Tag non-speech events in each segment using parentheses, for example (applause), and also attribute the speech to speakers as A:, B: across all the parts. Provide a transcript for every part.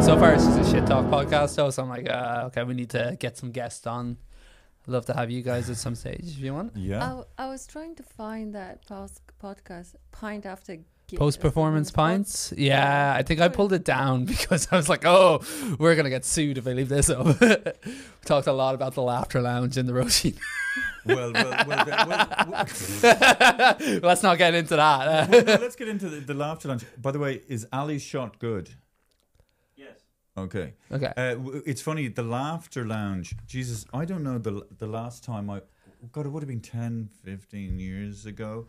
A: So far, this is a shit talk podcast, though, so I'm like, uh, okay, we need to get some guests on. I'd love to have you guys at some stage if you want.
B: I
C: Yeah.
B: w- I was trying to find that pos- podcast pint after gi-
A: Post performance
B: uh, pod-
A: pints? Yeah, I think I pulled it down (laughs) because I was like, oh, we're going to get sued if I leave this up. we (laughs) talked a lot about the laughter lounge in the Roshi.
C: well, well, well, well, well,
A: (laughs) Let's not get into that. (laughs)
C: well, let's get into the, the laughter lunch. By the way, is Ali's shot good? Yes. Okay.
A: Okay.
C: Uh, w- it's funny. The laughter lounge. Jesus, I don't know the l- the last time I. God, it would have been 10, 15 years ago.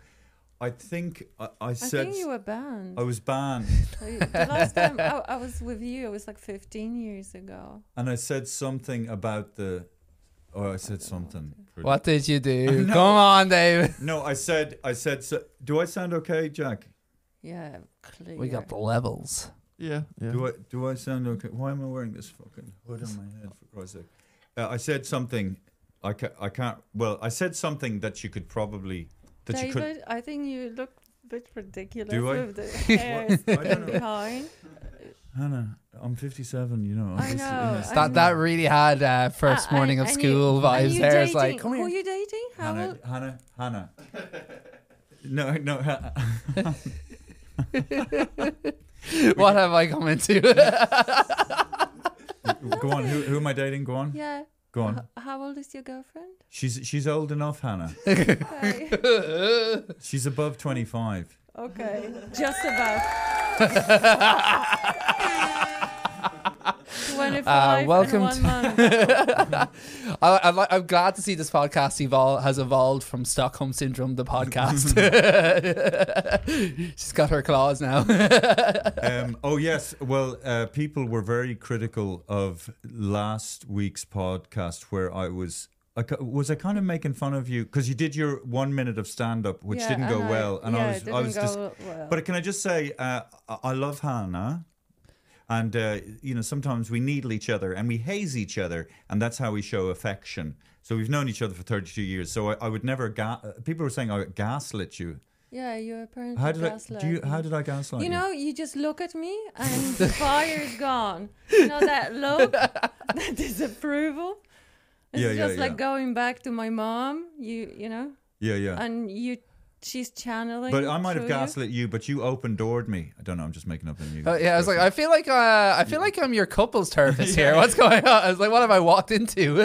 C: I think I, I
B: I
C: said Oh.
B: think you were banned.
C: I was banned,
B: I- the last time I, I was with you, it was like 15 years ago.
C: and I said something about the. Oh, I said something. pretty-
A: what did you do?
B: (laughs)
A: Come on, David.
C: No, I said. I said. So, do I sound okay, Jack?
B: Yeah, clear.
A: We got the levels.
D: Yeah, yeah.
C: Do I do I sound okay? Why am I wearing this fucking hood on my head for Christ's sake? Uh, I said something. I ca- I can't. Well, I said something that you could probably that
B: David,
C: you could.
B: I think you look a bit ridiculous
C: Do I? (laughs)
B: with the hair
C: I don't
B: sticking (laughs)
C: know.
B: behind.
C: Hannah, I'm 57. You know.
B: I
C: obviously, you
B: know. I
A: That, that really had uh, first
B: Ah, and-
A: morning of
B: and you-
A: school
B: and
A: vibes
B: you
A: there. It's
B: dating-
A: like, come
B: Who
A: here.
B: are you dating? How
C: Hannah,
B: old?
C: Hannah, Hannah. No, no. Ha-
A: What have I come
B: (laughs)
A: into?
C: go on. Who, who am I dating? Go on.
B: Yeah.
C: Go on.
B: How old is your girlfriend?
C: She's she's old enough,
B: (laughs)
C: Hannah.
B: Okay.
C: She's above 25.
B: okay. Just
C: (laughs)
B: about.
C: Uh,
B: 25 and
A: welcome
B: one
A: to-
B: month.
A: I, I'm, like, I'm glad to see this podcast evol- has evolved from Stockholm Syndrome,
C: (laughs)
A: the podcast. (laughs) She's got her claws now. (laughs)
C: Um, oh yes. Well, uh, people were very critical of last week's podcast where I was. I, ca- was I kind of making fun of you because you did your one minute of stand up, (laughs) which
B: Yeah,
C: didn't go
B: and I-
C: well, and
B: yeah,
C: I
B: it
C: was, I
B: didn't
C: was just.
B: go well.
C: But can I just say, uh, I- I love Hannah, and uh, you know sometimes we needle each other and we haze each other, and that's how we show affection. So we've known each other for thirty-two years. So I, I would never. Ga- people were saying I gaslit you.
B: Yeah, you're apparently
C: How did I?
B: gaslighting.
C: Do you, how did I gaslight
B: You know, you just look
C: (laughs)
B: at me and the fire is gone. You know
C: (laughs)
B: that look, that disapproval. It's
C: Yeah, yeah,
B: just like
C: yeah.
B: going back to my mom. You you know,
C: Yeah, yeah.
B: and you, she's channeling.
C: But I might have
B: through you.
C: gaslit you, but you open doored me. I don't know. I'm just making up a new.
A: Uh, yeah, I was like, I feel like uh, I feel like I'm your couple's therapist here. What's going on? I was like, what have I walked into?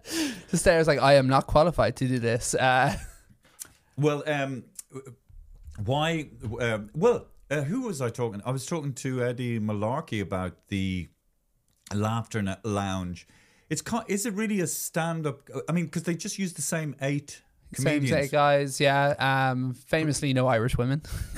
A: (laughs) Just there, I was like, I am not qualified to do this. Uh, (laughs)
C: well, um, why? Um, well, uh, who was I talking? I was talking to Eddie Malarkey about the laughter Na- lounge. It's ki- is it really a stand up? I mean, because they just use the same eight
A: Same
C: Comedians.
A: set of guys, yeah. Um, famously, no Irish women. (laughs)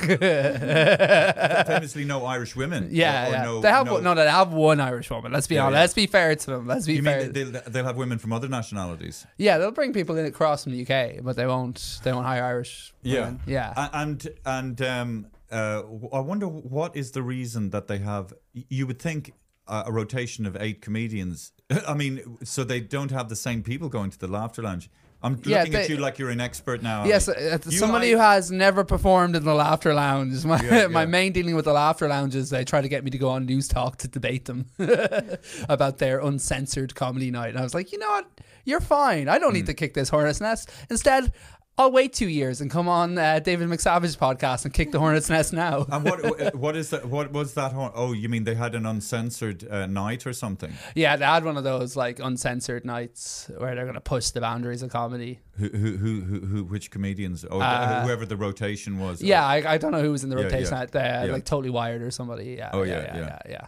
C: Famously, no Irish women.
A: uh, (laughs) Yeah,
C: Or- or
A: yeah.
C: no-
A: they have
C: no-
A: no, they have one Irish woman. Let's be
C: Yeah,
A: honest.
C: yeah.
A: Let's be fair to them. Let's be
C: You
A: fair.
C: mean they'll, they'll have women from other nationalities?
A: yeah, they'll bring people in across from the UK, but they won't. They won't hire Irish. women. yeah.
C: A- And and um, uh, w- I wonder what is the reason that they have. y- You would think a, a rotation of eight comedians. (laughs) I mean, so they don't have the same people going to the laughter lounge. I'm
A: Yeah,
C: looking at
A: they-
C: you like you're an expert now.
A: Yes,
C: Ali.
A: uh,
C: You
A: somebody
C: are-
A: who has never performed in the laughter lounge. My,
C: Yeah,
A: my
C: yeah.
A: main dealing with the laughter lounge is they try to get me to go on News Talk to debate them (laughs) about their uncensored comedy night. And I was like, you know what? You're fine. I don't need
C: Mm.
A: to kick this hornet's nest. Instead, I'll wait two years and come on uh, David McSavage's podcast and kick the hornet's nest
C: (laughs)
A: now.
C: And what uh, what is that? What was that? hor- Oh, you mean they had an uncensored uh, night or something?
A: yeah, they had one of those like uncensored nights where they're going to push the boundaries of comedy.
C: Who who who, who, who which comedians? Oh, whoever the rotation was.
A: Uh, Yeah, I, I don't know who was in the
C: Yeah,
A: rotation
C: yeah.
A: at the
C: Yeah.
A: like Totally Wired or somebody. Yeah.
C: Oh,
A: yeah,
C: yeah,
A: yeah,
C: yeah.
A: yeah, yeah.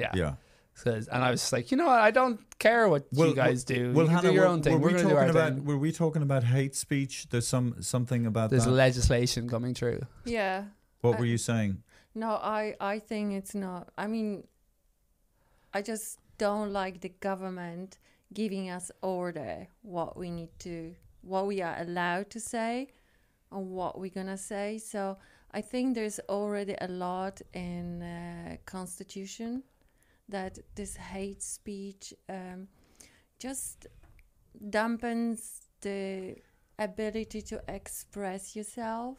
A: yeah.
C: yeah.
A: So, and I was just like, you know what? I don't care what you guys do. you can do your own thing. We're, going to do our
C: talking about,
A: thing.
C: Were we talking about hate speech? There's some something about
A: There's
C: that.
A: legislation coming through.
B: Yeah.
C: what
B: Uh,
C: were you saying?
B: No, I I think it's not. I mean, I just don't like the government giving us order what we need to, what we are allowed to say, and what we're gonna say. So I think there's already a lot in uh, constitution that this hate speech um, just dampens the ability to express yourself.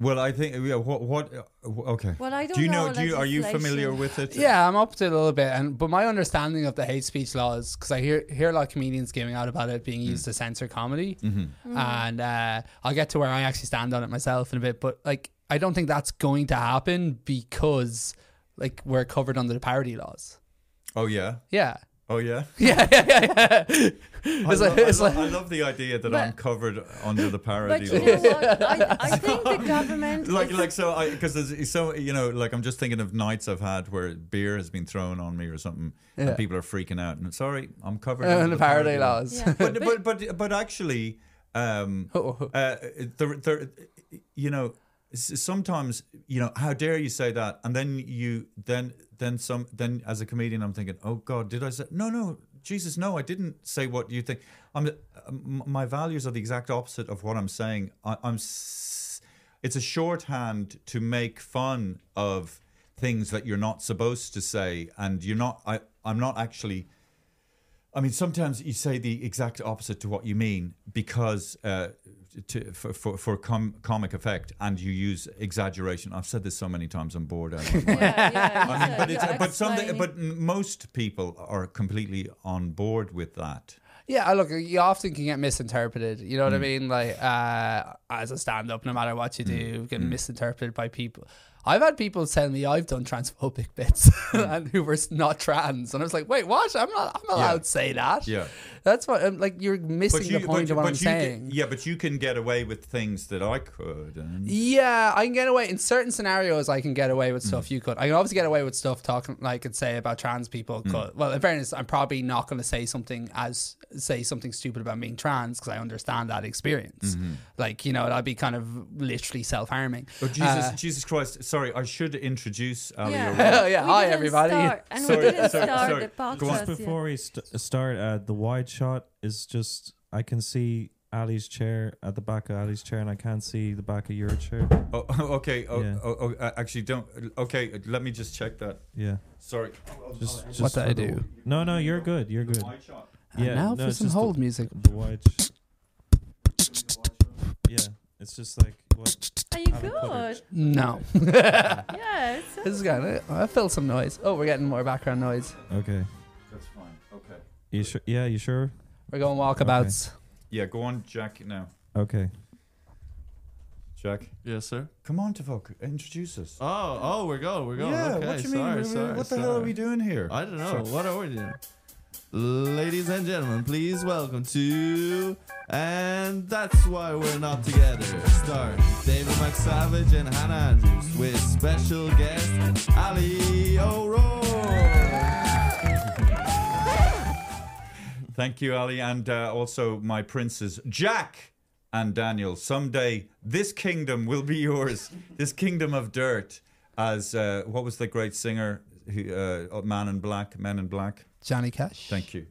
C: Well, I think yeah, what what uh, okay.
B: Well, I don't
C: do you know?
B: know
C: do you are you familiar
B: legislation.
C: with it?
A: Yeah, I'm up to it a little bit, and but my understanding of the hate speech laws, because I hear hear a lot of comedians giving out about it being
C: Hmm.
A: used to censor comedy,
C: Mm-hmm.
A: and uh, I'll get to where I actually stand on it myself in a bit. But like, I don't think that's going to happen because like we're covered under the parody laws.
C: Oh yeah.
A: Yeah,
C: Oh yeah.
A: yeah, yeah, yeah.
C: (laughs)
A: yeah.
C: I,
A: (laughs) It's
C: love,
A: like-
C: I
A: it's
C: lo-
A: (laughs) like-
C: I love the idea that I'm covered under the
B: (laughs) But
C: parody
B: you
C: law.
B: know what? I,
A: (laughs)
B: I think the
C: (laughs)
B: government.
C: like
B: is-
C: like so I because there's so you know like I'm just thinking of nights I've had where beer has been thrown on me or something and people are freaking out and sorry I'm
A: (laughs)
C: covered
A: under the parody
C: law.
A: laws.
B: Yeah.
C: (laughs) but but but but actually, um, uh, there, there, you know, s- sometimes you know, how dare you say that? And then you then then some then as a comedian, I'm thinking, oh God, did I say no no Jesus no I didn't say what you think. I'm um, m- my values are the exact opposite of what I'm saying. I, I'm s- it's a shorthand to make fun of things that you're not supposed to say and you're not I, I'm not actually I mean, sometimes you say the exact opposite to what you mean because uh, to, for for, for com- comic effect, and you use exaggeration. I've said this so many times. I'm bored. I don't
A: (laughs)
C: know why.
B: Yeah, yeah,
C: I mean,
B: so
C: but it's,
A: uh,
B: you're
C: but something,
B: explaining-
C: but most people are completely on board with that.
A: Yeah, I look, you often can get misinterpreted. You
C: Mm.
A: know what I mean? Like, uh, as a stand up, no matter what you do,
C: Mm.
A: you get misinterpreted by people. I've had people tell me I've done transphobic bits (laughs)
C: Mm.
A: and who were not trans. And I was like, wait, what? I'm not, I'm allowed to say that.
C: Yeah.
A: That's what, I'm, like, you're missing the point of what I'm
C: you
A: saying.
C: Can, yeah, but you can get away with things that I could. And,
A: Yeah, I can get away in certain scenarios. I can get away with
D: Mm.
A: stuff you could. I can obviously get away with stuff talking like and say about trans people.
D: Mm.
A: Could. Well, in fairness, I'm probably not going to say something as say something stupid about being trans because I understand that experience.
D: Mm-hmm.
A: Like you know, that'd be kind of literally self harming.
C: oh Jesus,
A: (laughs)
C: Jesus Christ! Sorry, I should introduce Ali.
B: Yeah.
C: O'Reilly.
A: Oh uh, yeah,
B: We
A: hi
B: didn't
A: everybody.
B: Start, and
C: Sorry,
B: we didn't
C: sorry,
B: start
C: sorry.
B: the podcast.
C: Go on.
D: Just before we st- start, uh, the wide shot is just I can see Ali's chair at the back of Ali's chair, and I can't see the back of your chair.
C: Oh, (laughs) oh, okay. Oh,
D: Yeah.
C: oh, oh, uh, actually, don't. Okay, let me just check that.
D: Yeah,
C: Sorry.
D: just, just
A: What did
D: for
A: I
D: the-
A: do?
D: No, no, you're good. You're good.
A: And
D: Yeah,
A: now
D: no,
A: for
D: it's
A: some
D: just the-
A: hold music.
D: The wide. sh- yeah, it's just like what
B: Are you
D: Have a
B: good?
D: coverage.
A: No, (laughs)
B: Yes. (laughs)
A: this is gonna. I feel some noise. Oh, we're getting more background noise.
D: Okay.
C: That's fine. Okay.
D: You sure? Yeah, you sure?
A: We're going walkabouts.
C: Yeah, go on, Jack. Now,
D: Okay.
C: Jack,
E: Yes, sir.
C: come on, Tavok. Introduce us.
E: Oh, oh, we're going. We're going.
C: yeah.
E: okay,
C: what do you mean?
E: sorry,
C: What-
E: sorry,
C: what the hell are
E: sorry.
C: we doing here?
E: I don't know. What are we doing? Ladies and gentlemen, please welcome to And That's Why We're Not Together. Starring David McSavage and Hannah Andrews with special guest Ali O'Rourke.
C: Thank you, Ali, and uh, also my princes, Jack and Daniel, someday this kingdom will be yours, this kingdom of dirt. As uh, what was the great singer, who, uh, Man in Black, Men in Black?
A: Johnny Cash.
C: Thank you.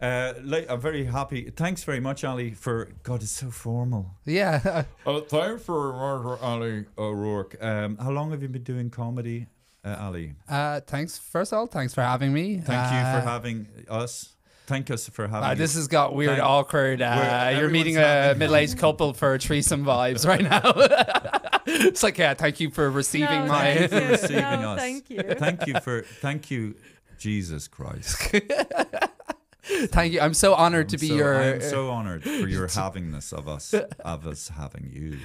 C: Uh, la- I'm very happy. Thanks very much, Ali, for God, it's so formal.
A: Yeah. (laughs)
C: Uh, thanks for Murder Ali O'Rourke. Um, how long have you been doing comedy, uh, Ali?
A: Uh, thanks. First of all, thanks for having me.
C: Thank you
A: Uh,
C: for having us. Thank us for having.
A: Uh,
C: you.
A: this has got weird,
C: Thank-
A: awkward. Uh,
C: We're-
A: you're meeting a
C: everyone's
A: middle aged couple for threesome vibes right now.
C: (laughs)
A: it's like, yeah, thank you for receiving
B: No,
A: my.
C: Thank you (laughs) for
A: (laughs)
B: No,
C: receiving us.
B: thank you.
C: (laughs) Thank you for. Thank you, Jesus Christ.
A: Thank you. I'm so honored to be
C: so,
A: your. uh,
C: I am so honored for
A: (laughs)
C: your havingness of us, of us having you,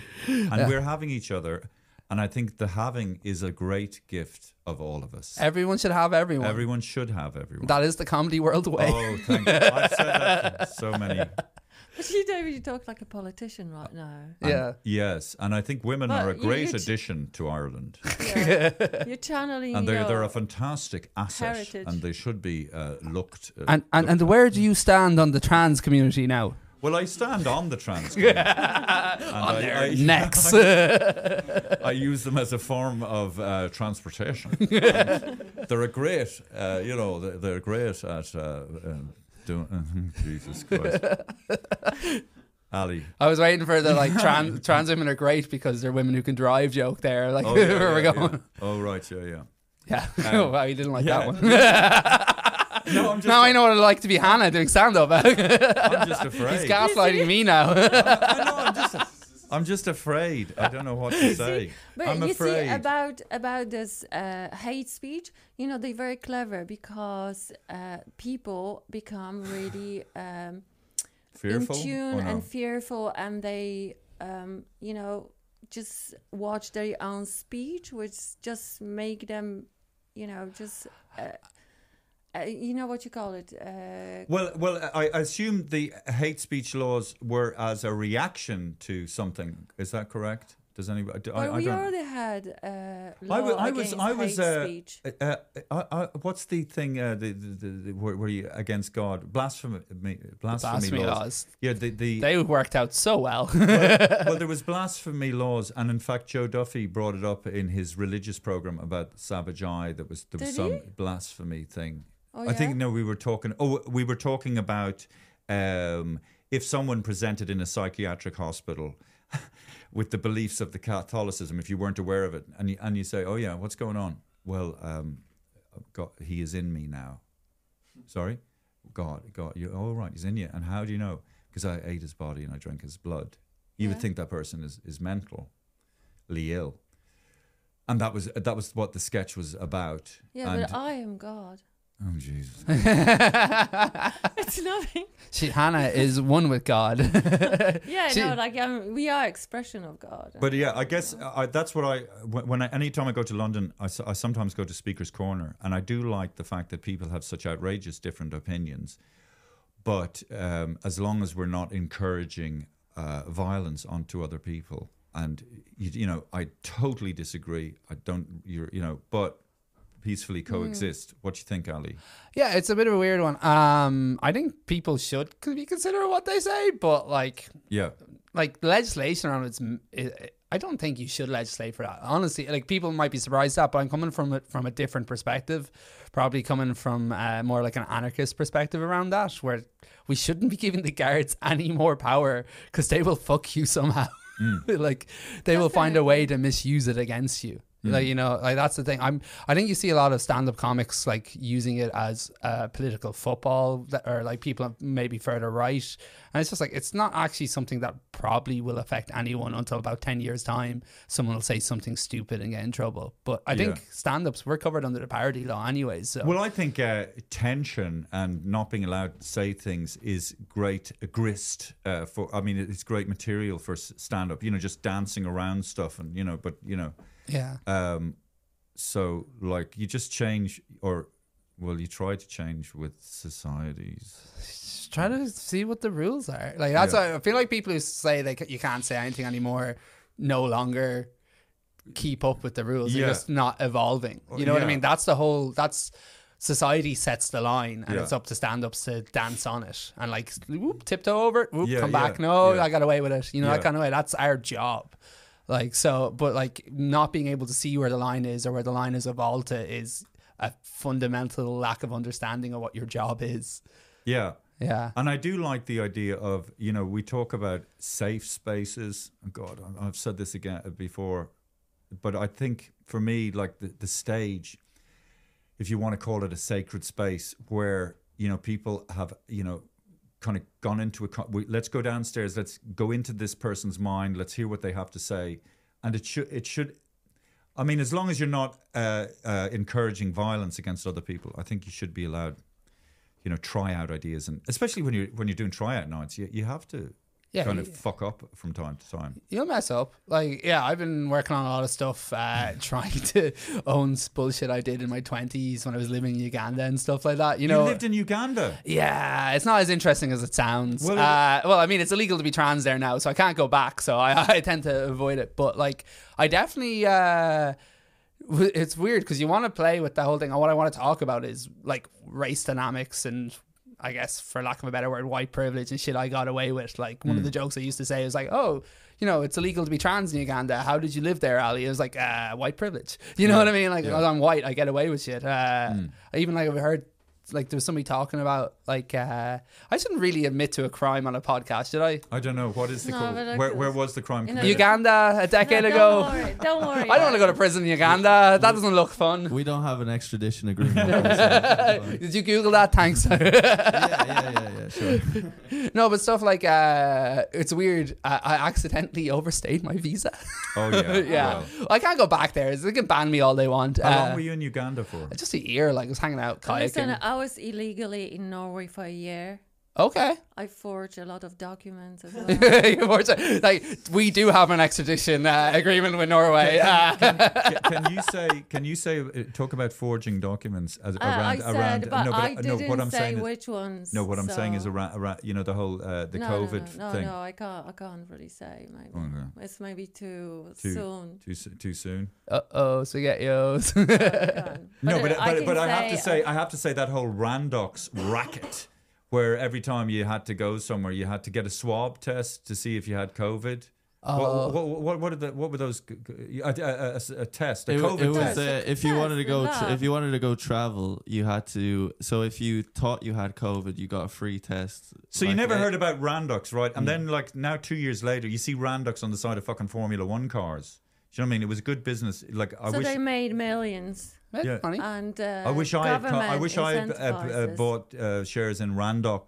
C: and we're having each other, and I think the having is a great gift of all of us.
A: everyone should have everyone.
C: Everyone should have everyone.
A: That is the comedy world way.
C: oh, thank you. I've said that to so many.
B: But you don't really talk like a politician
C: (laughs)
B: right now.
A: (laughs) yeah.
C: Yes, and I think women
B: Well,
C: are a
B: you-
C: great
B: you-
C: addition to Ireland,
B: You're channeling
C: and they're they're
B: your-
C: a fantastic asset,
B: Heritage.
C: and they should be uh, looked. Uh,
A: And, and and where do you stand on the trans community now?
C: well, I stand on the trans. community, and I- I- (laughs)
A: Next.
C: I use them as a form of uh, transportation. And they're a great, uh, you know, they're, they're great at uh, um, doing. (laughs) Jesus Christ, Ali.
A: I was waiting for the like trans trans women are great because they're women who can drive joke there. Like
C: yeah,
A: (laughs) where we're
C: Oh, yeah,
A: going.
C: yeah. Oh right, yeah, yeah.
A: Yeah. (laughs) oh, wow, you didn't like that
C: yeah.
A: one.
C: No, I'm just.
A: now I know what it's like to be Hannah doing stand up. (laughs)
C: I'm just afraid.
A: He's gaslighting me now.
C: I know, I'm just. I'm just afraid. I don't know what
B: (laughs)
C: to say.
B: But
C: I'm
B: you
C: afraid.
B: see about about this uh, hate speech, you know they're very clever because uh, people become really um,
C: Fearful.
B: in
C: Oh,
B: tune
C: no.
B: and fearful, and they um, you know just watch their own speech, which just make them you know just uh, uh, you know what you call it. Uh,
C: Well, well, I assume the hate speech laws were as a reaction to something. Is that correct? Does anybody? do- I,
B: but
C: I
B: we
C: don't.
B: already had uh, law
C: I wa- I was,
B: against
C: I was,
B: hate
C: uh,
B: speech.
C: uh, uh, I, I, what's the thing? Uh, the, the, the, the where, where you against God? Blasphemy, blasphemy,
A: Blasphemy
C: laws.
A: laws.
C: Yeah, the, the
A: (laughs) they worked out so well. (laughs)
C: well, there was blasphemy laws, and in fact, Joe Duffy brought it up in his religious program about Savage Eye. That was there was
B: Did
C: some
B: he?
C: blasphemy thing.
B: Oh,
C: I think
B: yeah?
C: no, we were talking. Oh, we were talking about um, if someone presented in a psychiatric hospital (laughs) with the beliefs of the Catholicism, if you weren't aware of it, and you, and you say, "Oh yeah, what's going on?" Well, um, God, He is in me now. Sorry, God, God, you're all right. He's in you, and how do you know? Because I ate his body and I drank his blood. You would think that person is is mentally ill, and that was that was what the sketch was about.
B: yeah,
C: and,
B: but I am God.
C: oh Jesus.
B: It's nothing.
A: she, Hannah is one with God. (laughs)
B: Yeah,
A: See-
B: no, like um, we are expression of God.
C: But yeah, I guess uh, I, that's what I when when I, anytime I go to London, I, s- I sometimes go to Speaker's Corner, and I do like the fact that people have such outrageous different opinions. But um, as long as we're not encouraging uh, violence onto other people, and you, you know, I totally disagree. I don't, you're, you know, but peacefully coexist. What do you think, Ali?
A: yeah, it's a bit of a weird one. Um, I think people should c- be considering what they say, but like,
C: Yeah,
A: like legislation around it's. m- i- i- I don't think you should legislate for that. Honestly, like people might be surprised at, but I'm coming from it from a different perspective, probably coming from uh, more like an anarchist perspective around that, where we shouldn't be giving the guards (laughs) any more power because they will fuck you somehow. (laughs)
C: Mm.
A: like they will find a way to misuse it against you.
C: Mm.
A: Like you know, like that's the thing. I'm. I think you see a lot of stand-up comics like using it as uh, political football, that, or like people maybe further right, and it's just like it's not actually something that probably will affect anyone until about ten years time. Someone will say something stupid and get in trouble. But I think
C: Yeah.
A: stand-ups we're covered under the parody law anyway. So
C: Well, I think uh, tension and not being allowed to say things is great grist uh, for. I mean, it's great material for stand up. You know, just dancing around stuff, and you know, but you know,
A: yeah,
C: um, so like you just change, or well, you try to change with societies.
A: just try to see what the rules are. Like that's
C: Yeah.
A: why I feel like people who say like you can't say anything anymore, no longer keep up with the rules.
C: Yeah.
A: They're just not evolving. You know what I
C: Yeah.
A: mean? That's the whole. That's society sets the line and
C: Yeah.
A: it's up to stand ups to dance on it and like whoop, tiptoe over it, whoop,
C: Yeah,
A: come back.
C: yeah,
A: No,
C: yeah.
A: I got away with it. You know,
C: Yeah.
A: that kind of way. That's our job. Like so, but like not being able to see where the line is or where the line is of Alta is a fundamental lack of understanding of what your job is.
C: Yeah.
A: Yeah.
C: And I do like the idea of, you know, we talk about safe spaces. Oh, God, I- I've said this again uh, before, but I think for me, like the, the stage, if you want to call it a sacred space where, you know, people have, you know, kind of gone into a, co- we, let's go downstairs, let's go into this person's mind, let's hear what they have to say. And it should, it should, I mean, as long as you're not uh, uh, encouraging violence against other people, I think you should be allowed you know try out ideas and especially when you're when you're doing tryout nights you, you have to
A: Yeah,
C: kind
A: yeah.
C: of fuck up from time to time
A: You'll mess up. Like, yeah, I've been working on a lot of stuff, uh, (laughs) trying to own s- bullshit I did in my 20s when I was living in Uganda and stuff like that.
C: you,
A: You know,
C: lived in uganda
A: yeah, it's not as interesting as it sounds.
C: Well,
A: uh, well, I mean, it's illegal to be trans there now, so I can't go back. So I, (laughs) I tend to avoid it. But like, I definitely. Uh, w- it's weird because you want to play with the whole thing. And what I want to talk about is like race dynamics and. I guess, for lack of a better word, white privilege and shit I got away with. Like, one of the jokes I used to say was like, oh, you know, it's illegal to be trans in Uganda. How did you live there, Ali? It was like, uh, white privilege. (laughs) You know what I mean? Like, I'm white, I get away with shit. Uh, I even, like, I've heard, like, there was somebody talking about, like, uh, I shouldn't really admit to a crime on a podcast, should I?
C: i don't know what is the
B: No,
C: call-
B: but I
C: where,
B: could-
C: where was the crime
B: You know-
C: committed?
A: Uganda, a decade
B: No,
A: ago.
B: Don't worry.
C: (laughs)
B: Don't worry.
A: I don't want to go to prison in Uganda. That doesn't look fun.
E: We don't have an extradition agreement. yeah,
A: (laughs) Did you Google that? Thanks.
E: (laughs) yeah, yeah, yeah, sure.
A: (laughs) no, but stuff like uh, it's weird. I, I accidentally overstayed my visa. (laughs)
C: oh
B: (laughs)
C: yeah
A: yeah,
C: well.
A: I can't go back there. They can ban me all they want.
C: how
A: Uh,
C: long were you in uganda
B: (laughs)
C: for
A: Just a year. Like I was hanging out kayaking.
B: Listen, I was illegally in Norway for a year.
A: okay. (laughs)
B: I forged a lot of documents as well.
C: (laughs)
A: like we do have an extradition uh, agreement with Norway. Uh,
C: can, can you say can you say uh, talk about forging documents as,
B: I-
C: around
B: Uh, I said,
C: around
B: but
C: no,
B: I
C: uh,
B: didn't
C: no what i'm
B: say
C: saying is
B: which ones.
C: no what i'm saying is
B: so-
C: around, around you know the whole uh, the
B: no, no,
C: covid
B: no, no,
C: thing
B: No, I can't. I can't really say. Maybe
C: Okay.
B: it's maybe too,
C: Too-
B: soon.
C: Too, s- too soon
A: (laughs) oh, spaghettios. (laughs)
C: No, but but,
B: uh, can uh,
C: but I have to say I have to say that whole Randox racket, where every time you had to go somewhere, you had to get a swab test to see if you had COVID.
E: Oh.
C: What, what, what, what, are the, what were those? g- g- A, uh, a, a, a test, a
E: It, wa-
C: COVID
E: it was
C: test.
E: uh, if you
B: Yes,
E: wanted to go
B: relax.
E: tr if you wanted to go travel, you had to. So if you thought you had COVID, you got a free test.
C: so you
E: Like, Hmm.
C: never
E: eh,
C: heard about Randox, right? And then like now, two years later, you see Randox on the side of fucking Formula One cars. Do you know what I mean? It was good business. Like I
B: So
C: wish.
B: they made millions,
A: That's
C: Yeah.
A: funny.
B: and uh,
C: I wish I had, co- I
B: government
C: wish I had uh, uh,
B: incentivizes.
C: bought uh, shares in Randox.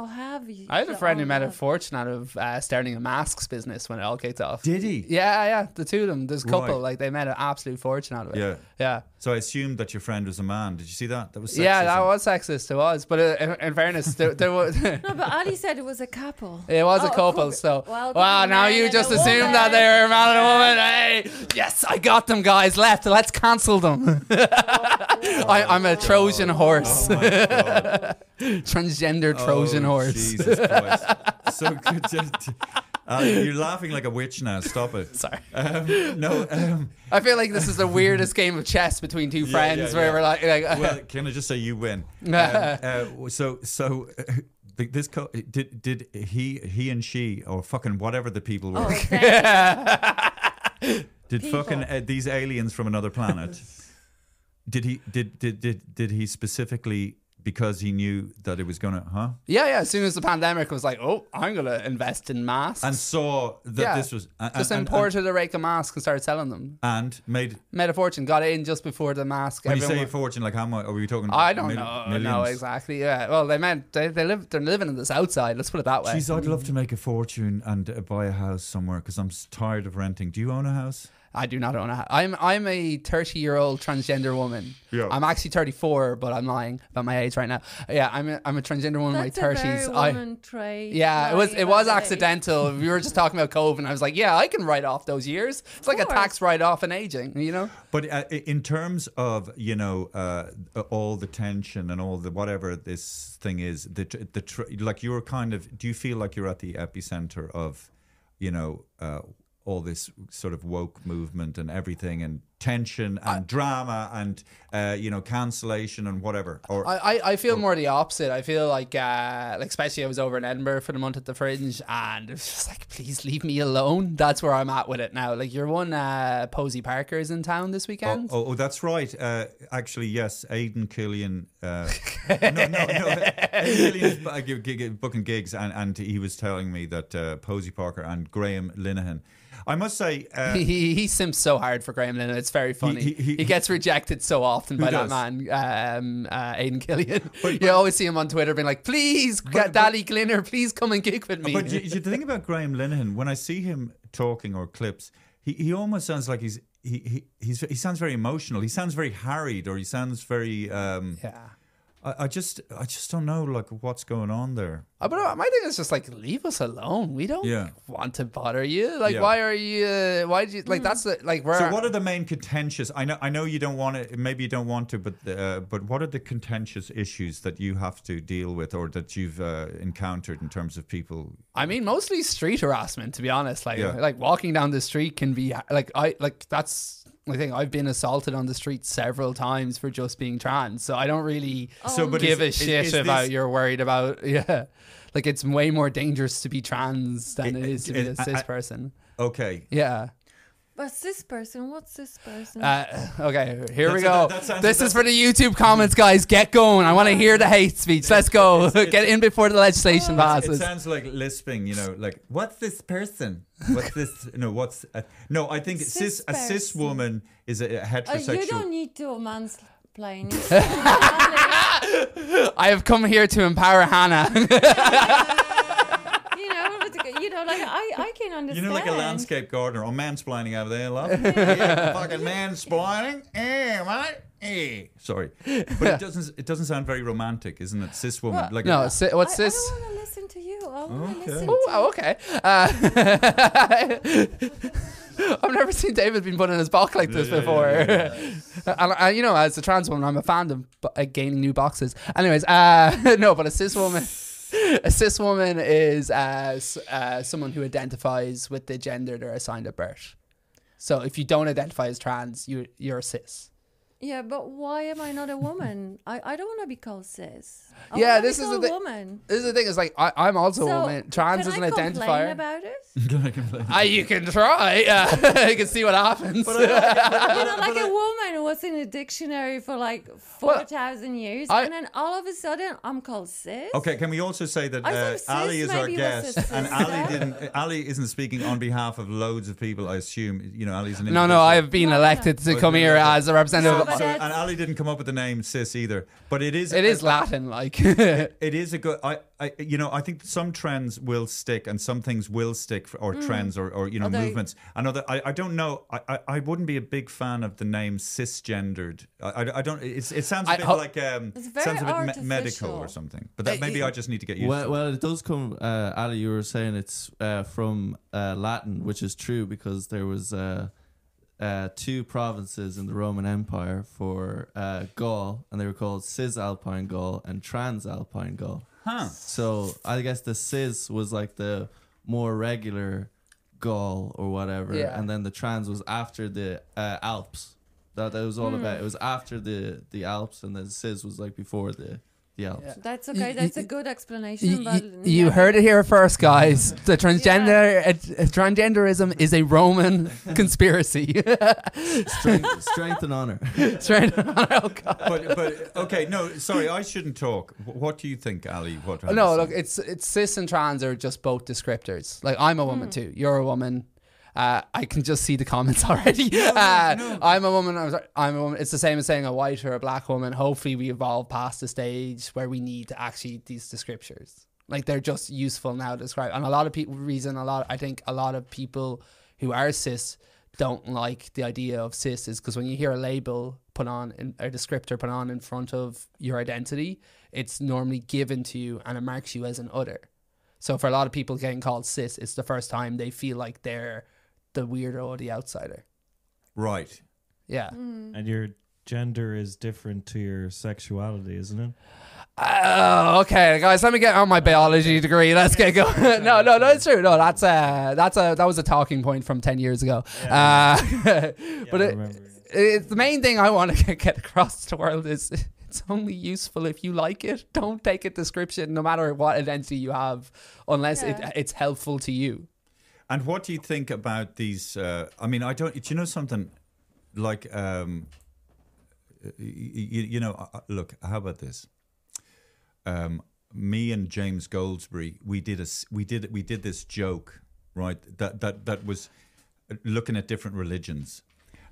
B: Oh, have you?
A: I had a
B: Yeah,
A: friend
B: oh
A: who made a
B: God.
A: fortune out of uh, starting a masks business when it all kicked off.
C: Did he?
A: Yeah, yeah. The two of them, there's a couple,
C: Right.
A: like they made an absolute fortune out of it.
C: Yeah.
A: Yeah.
C: So I assumed that your friend was a man. Did you see that? That was sexism.
A: Yeah, that was sexist. It was. But uh, in, in fairness, there, there was.
B: No, but Ali said it was a couple.
A: (laughs) It was
B: Oh,
A: a couple,
B: could-
A: so
B: well,
A: wow.
B: could be
A: Now
B: man
A: you
B: and
A: just
B: a
A: assume
B: woman.
A: that they're a man
B: (laughs)
A: and a woman. Hey, yes, I got them guys left. Let's cancel them.
B: Oh,
A: (laughs) I, I'm a Trojan horse,
C: Oh my God.
A: (laughs) transgender Trojan
C: Oh,
A: horse.
C: Jesus
A: (laughs)
C: Christ. so good. Just, uh, you're laughing like a witch now. Stop it.
A: (laughs) Sorry.
C: Um, no. Um,
A: I feel like this is the weirdest game of chess between two (laughs)
C: (laughs)
A: friends
C: yeah,
A: where
C: yeah.
A: we're like, like
C: well, can I just say you win? Um, uh, so, so uh, the, this co- did did he he and she or fucking whatever the people were
B: (laughs) Oh,
A: (laughs)
B: thank-
C: did
B: people.
C: fucking uh, these aliens from another
B: (laughs)
C: planet? did he did did did did he specifically because he knew that it was gonna huh
A: (laughs) yeah, yeah. As soon as the pandemic was like, oh, I'm gonna invest in masks.
C: and saw that
A: yeah.
C: this was and,
A: just
C: and, and,
A: imported a rake of masks and started selling them.
C: and made
A: Made a fortune. Got it in just before the mask.
C: When
A: everyone
C: you say
A: went-
C: fortune, like how much are we talking?
A: I don't
C: mil-
A: know. No,
C: millions?
A: exactly. Yeah. Well, they meant they, they live. They're living in the south side. Let's put it that way.
C: Jeez, I'd love to make a fortune and uh, buy a house somewhere because I'm s- tired of renting. Do you own a house?
A: I do not own a house. I'm I'm a 30 year old transgender woman.
C: Yeah.
A: I'm actually 34, but I'm lying about my age right now. Yeah, I'm a, I'm a transgender woman
B: That's
A: in
B: a
A: Oh my
B: very
A: 30s. I
B: woman trait.
A: yeah, it was
B: Like,
A: it was
B: Ali.
A: accidental. we were just talking about COVID, and I was like, yeah, I can write off those years. It's like a
B: course.
A: tax write off in aging, you know.
C: But uh, i- in terms of you know uh, all the tension and all the whatever this thing is, the tr- the tr- like you're kind of. Do you feel like you're at the epicenter of, you know, uh, all this sort of woke movement and everything and tension and drama and uh, you know cancellation and whatever. Or
A: I, I, I feel more the opposite. I feel like, uh, like especially I was over in Edinburgh for the month at the Fringe, and it was just like, please leave me alone. That's where I'm at with it now. Like your one uh, Posey Parker is in town this
C: Oh,
A: weekend.
C: oh, oh, that's right. Uh, actually, yes, Aidan Killian. Uh, no, no, no. Aidan Killian's bu- gi- gi- gi- booking gigs, and, and he was telling me that uh, Posey Parker and Graham Linehan. I must say, uh,
A: He, he, he simps so hard for Graham Lennon. It's very funny.
C: he-
A: He,
C: he-
A: gets rejected so often by
C: does?
A: that man, um, uh, Aiden Killian. (laughs) you always see him on Twitter being like, please,
C: But- but-
A: Dally Glinner, please come and gig with me.
C: but you, you think about Graham Linehan. When I see him talking or clips, he, he almost sounds like he's he, he he's, he sounds very emotional. He sounds very harried, or he sounds very. Um,
A: (laughs) yeah.
C: I, I just I just don't know like what's going on there.
A: Uh, But uh, my thing is just like leave us alone. We don't
C: Yeah.
A: want to bother you. Like
C: Yeah. Hmm.
A: why are you? uh, Why did you like that's the, like where?
C: So, what are the main contentious? I know, I know you don't want it. Maybe you don't want to, but uh, but what are the contentious issues that you have to deal with, or that you've uh, encountered in terms of people?
A: I mean, mostly street harassment. To be honest, like
C: Yeah.
A: like walking down the street can be like I like that's I think I've been assaulted on the street several times for just being trans. So I don't really
C: So, but
A: give
C: is- is-
A: a shit
C: is
A: about
C: this-
A: you're worried about (laughs) yeah. Like it's way more dangerous to be trans than
C: It-
A: it is to
C: it-
A: be a
C: I-
A: cis
C: I-
A: person.
C: Okay,
A: Yeah.
B: But this person, what's this person?
A: Uh, okay, here we
C: That's-
A: go.
C: that- that sounds-
A: this
C: that's-
A: is for the YouTube comments, guys. Get going. I want to
C: (laughs)
A: hear the hate speech. Let's go. Get in before the legislation
C: it
A: passes.
C: sounds like lisping. You know, like what's this person? What's this? No, what's uh, no? I think cis,
B: Cis
C: a cis
B: person.
C: woman is a, a
B: Uh,
C: heterosexual.
B: you don't need to
A: (laughs)
B: mansplain. It's-
A: I have come here to empower Hannah. (laughs)
B: you know, but, you know, like I, I can understand.
C: You know, like a landscape gardener or mansplaining over there, love. yeah, fucking mansplaining. Eh, right? Eh. Sorry, but it doesn't. It doesn't sound very romantic, isn't it? Cis woman, like
A: no,
C: a,
A: si-
B: I,
A: what's this?
B: I don't want to listen to you. I want to
C: Okay.
B: listen.
A: Oh,
B: to
A: oh, okay. Uh, (laughs) I've never seen David being put in his box like this before. (laughs) and, uh, you know, as a trans woman, I'm a fan of bu- uh, gaining new boxes. Anyways, uh, (laughs) no, but a cis woman. A cis woman is uh, s- uh, someone who identifies with the gender they're assigned at birth. So if you don't identify as trans, you you're cis.
B: Yeah, but why am I not a woman? I, I don't want to be called cis. I
A: Yeah,
B: wanna be
A: this is the
B: called
A: thi-
B: woman.
A: This is the thing. Is like I, I'm also a
B: So,
A: woman. Trans
B: can
A: is
B: I
A: an
B: complain
A: identifier.
B: about it?
A: Ah, you can try. (laughs) Uh, you can see what happens. (laughs)
B: you know, like a woman was in a dictionary for like four thousand years,
A: I-
B: and then all of a sudden I'm called cis.
C: Okay, can we also say that
B: I
C: uh,
B: think
C: Ali
B: sis
C: is our
B: maybe was
C: guest,
B: a
C: and
B: sister.
C: Ali didn't. Ali isn't speaking on behalf of loads of people. I assume you know Ali's an.
A: No,
C: individual.
A: no, I have been elected to come here as a representative.
B: No,
A: of
B: but-
C: Oh, So,
B: that's-
C: and Ali didn't come up with the name sis either, but it is.
A: It is
C: uh,
A: Latin, like. (laughs)
C: It is a good. I, I, you know, I think some trends will stick, and some things will stick, for, or trends, or, or you know,
B: Mm. Although-
C: movements. Another, I, I don't know. I, I, I wouldn't be a big fan of the name cisgendered. I, I, I don't. It's, it sounds a
A: I
C: bit
A: ho-
C: like um,
B: It's very
C: sounds a bit me- medical or
B: artificial. Uh,
C: something. But that, maybe I just need to get used. to
E: Well,
C: it.
E: well, it does come, uh, Ali. You were saying it's uh, from uh, Latin, which is true because there was uh, uh, two provinces in the Roman Empire for uh, Gaul, and they were called Cisalpine Gaul and Transalpine Gaul.
C: Huh.
E: So I guess the Cis was like the more regular Gaul or whatever,
A: Yeah.
E: and then the Trans was after the uh, Alps. That that was all
A: Hmm.
E: about. It was after the the Alps, and then Cis was like before the the Alps.
B: That's okay. That's a good explanation. But
A: You, you heard it here first, guys. The transgender uh, transgenderism is a Roman conspiracy. (laughs)
C: (laughs)
E: strength, strength and honor.
A: Straight on, (laughs) oh God.
C: but but okay, no, sorry, I shouldn't talk. Wh- What do you think, Ali? What I'm
A: No,
C: saying?
A: look, it's it's cis and trans are just both descriptors. Like I'm a woman too. You're a woman. Uh, I can just see the comments (laughs) already. uh, I'm a woman. I'm, sorry, I'm a woman. It's the same as saying a white or a black woman. Hopefully, we evolve past the stage where we need actually these descriptors. Like they're just useful now to describe. And a lot of people reason a lot. I think a lot of people who are cis don't like the idea of cis is because when you hear a label put on in, a descriptor put on in front of your identity, it's normally given to you and it marks you as an other. So for a lot of people getting called cis, it's the first time they feel like they're the weirdo or the outsider.
C: right.
A: Yeah.
D: And your gender is different to your sexuality, isn't it?
A: Oh, okay, guys. Let me get on my biology degree. Let's get going. no, no, no. It's true. No, that's uh that's a that was a talking point from ten years ago. uh, but
D: I
A: it,
D: remember.
A: it's the main thing I want to (laughs) get across to the world is it's only useful if you like it. Don't take a description, no matter what identity you have, unless
B: Yeah.
A: it, it's helpful to you.
C: And what do you think about these? Uh, I mean, I don't. Do you know something? Like, um, you, you know, uh, uh, look. How about this? Um, me and James Goldsberry, we did a s- we did we did this joke, right? That that that was looking at different religions,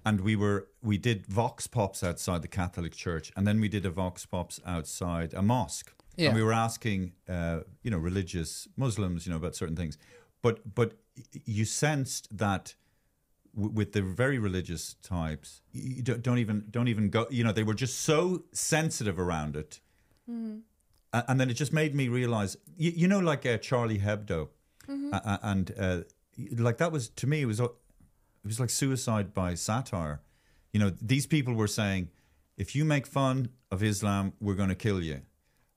C: and we were we did vox pops outside the Catholic Church, and then we did a vox pops outside a mosque.
A: Yeah.
C: And we were asking, uh, you know, religious Muslims, you know, about certain things, but but y- you sensed that w- with the very religious types, y- you don't, don't even don't even go. You know, they were just so sensitive around it, A- and then it just made me realize. You, you know, like uh, Charlie Hebdo, A- a- and uh, y- like that was to me it was a- it was like suicide by satire. You know, these people were saying, if you make fun of Islam, we're going to kill you.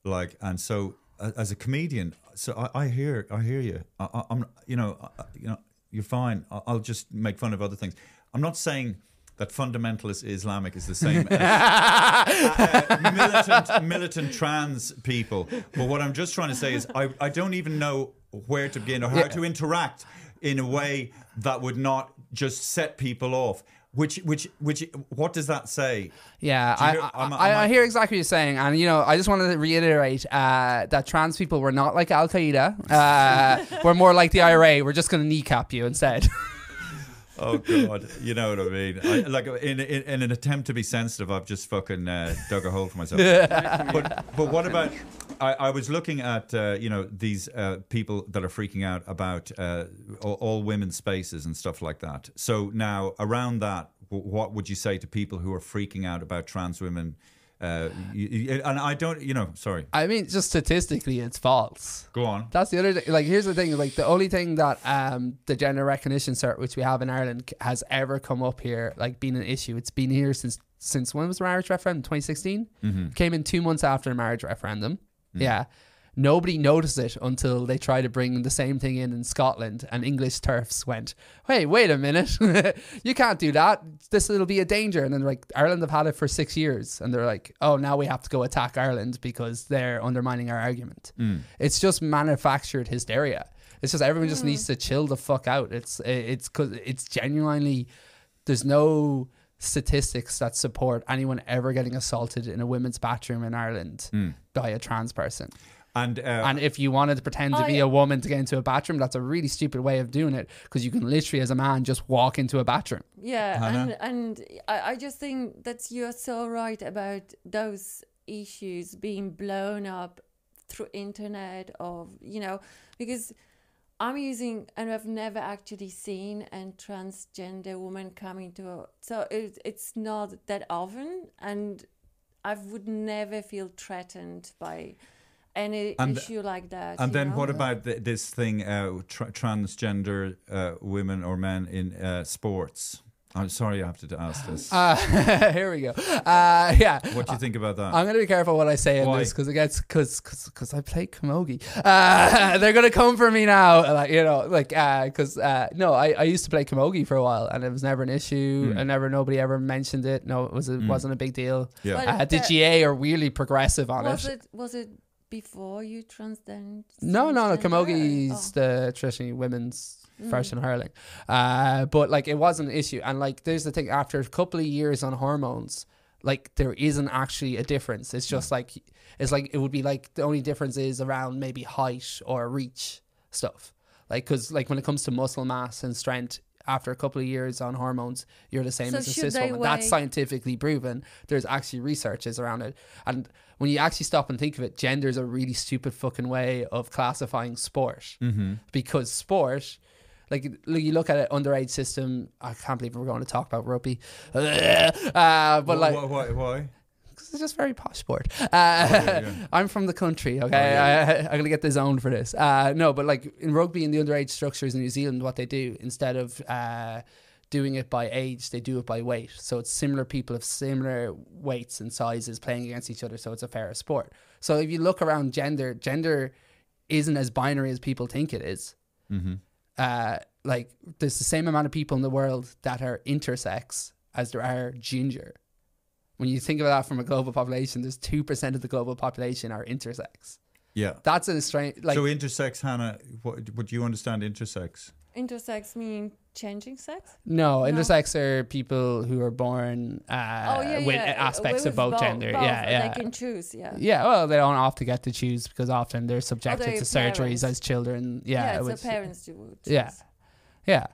C: Like, and so a- as a comedian, so I, I hear, I hear you. I, I, I'm, you know, I, I- you know, you're fine. I, I'll just make fun of other things. I'm not saying that fundamentalist Islamic is the same as uh, militant, militant trans people. But what I'm just trying to say is, I, I don't even know where to begin or how to interact in a way that would not just set people off. Which, which, which, what does that say?
A: Yeah,
C: Do you
A: I,
C: hear-
A: I,
C: am I-
A: I,
C: am
A: I
C: I-
A: hear exactly what you're saying, and you know, I just want to reiterate uh, that trans people were not like Al Qaeda. Uh,
C: (laughs)
A: we're more like the IRA. We're just going to kneecap you instead. (laughs)
C: Oh God, you know what I mean? I, like in, in in an attempt to be sensitive, I've just fucking uh, dug a hole for myself. but but what about? I, I was looking at uh, you know these uh, people that are freaking out about uh, all, all women's spaces and stuff like that. So now around that, w- what would you say to people who are freaking out about trans women? Uh, y- y- and I don't, you know, sorry.
A: I mean, just statistically, it's false.
C: Go on.
A: That's the other thing. Like, here's the thing. Like, the only thing that um, the gender recognition cert, which we have in Ireland, c- has ever come up here, like, been an issue. It's been here since since when was the marriage referendum? 2016. Came in two months after the marriage referendum. Yeah. Nobody noticed it until they tried to bring the same thing in in Scotland, and English turfs went, "Hey, wait a minute, (laughs) you can't do that. This will be a danger." And then like Ireland have had it for six years, and they're like, "Oh, now we have to go attack Ireland because they're undermining our argument." It's just manufactured hysteria. It's just everyone just needs to chill the fuck out. It's it's cause it's genuinely there's no statistics that support anyone ever getting assaulted in a women's bathroom in Ireland by a trans person.
C: And uh,
A: And if you wanted to pretend to
B: I-
A: be a woman to get into a bathroom, that's a really stupid way of doing it because you can literally, as a man, just walk into a bathroom. (laughs)
B: Yeah, and and I, I just think that you're so right about those issues being blown up through internet of you know because I'm using and I've never actually seen an transgender woman coming to a, so it, it's not that often and I would never feel threatened by any
C: And-
B: issue like that.
C: And
B: you
C: then
B: know?
C: what about th this thing, uh, tra- transgender uh, women or men in uh, sports? I'm sorry, I have to ask this.
A: (gasps) Uh, here we go. Uh, yeah.
C: what do you think about that?
A: I'm gonna be careful what I say in
C: Why?
A: this because it gets because because I play Camogie. Uh, (laughs) they're gonna come for me now, like you know, like because uh, no, I, I used to play Camogie for a while and it was never an
C: Hmm.
A: issue. I never nobody ever mentioned it. No, it was it wasn't a big deal.
C: Yeah.
B: But
A: Uh, the
B: that-
A: GA are really progressive on
B: was
A: it.
B: it was it before you transcend?
A: No, no, no.
B: transgender?
A: Kamogie's
B: Oh. Mm.
A: the traditionally women's version of hurling. Uh, but like it was an issue. And like there's the thing after a couple of years on hormones, like there isn't actually a difference. It's just like it's like it would be like the only difference is around maybe height or reach stuff. Like because like when it comes to muscle mass and strength. After a couple of years on hormones, you're the same
B: So
A: as a
B: should
A: cis
B: they
A: woman. That's
B: weigh-
A: scientifically proven. There's actually researches around it. And when you actually stop and think of it, gender is a really stupid fucking way of classifying sport because sport. Like like, you look at it, underage system. I can't believe we're going to talk about rugby, (laughs) uh, but like
C: why, why, why?
A: because it's just very posh sport. Uh, (laughs) I'm from the country, okay? I, I'm going to get disowned for this. Uh, no, but like in rugby and the underage structures in New Zealand, what they do instead of uh, doing it by age, they do it by weight. So it's similar people of similar weights and sizes playing against each other. So it's a fairer sport. So if you look around gender, gender isn't as binary as people think it is uh, like there's the same amount of people in the world that are intersex as there are ginger. When you think about that from a global population, there's two percent of the global population are intersex.
C: Yeah.
A: That's an strange like
C: so intersex, Hannah. What would you understand intersex?
B: Intersex meaning changing sex?
A: no, intersex are people who are born uh, with aspects
B: Oh, with
A: of both,
B: both-
A: gender.
B: both,
A: yeah, yeah.
B: They can choose, yeah.
A: Yeah, well, they don't often get to choose because often they're subjected
B: their
A: to surgeries
B: parents.
A: as children.
B: Yeah,
A: Yeah,
B: so
A: which-
B: parents do. would
A: Yeah,
B: choose.
A: yeah,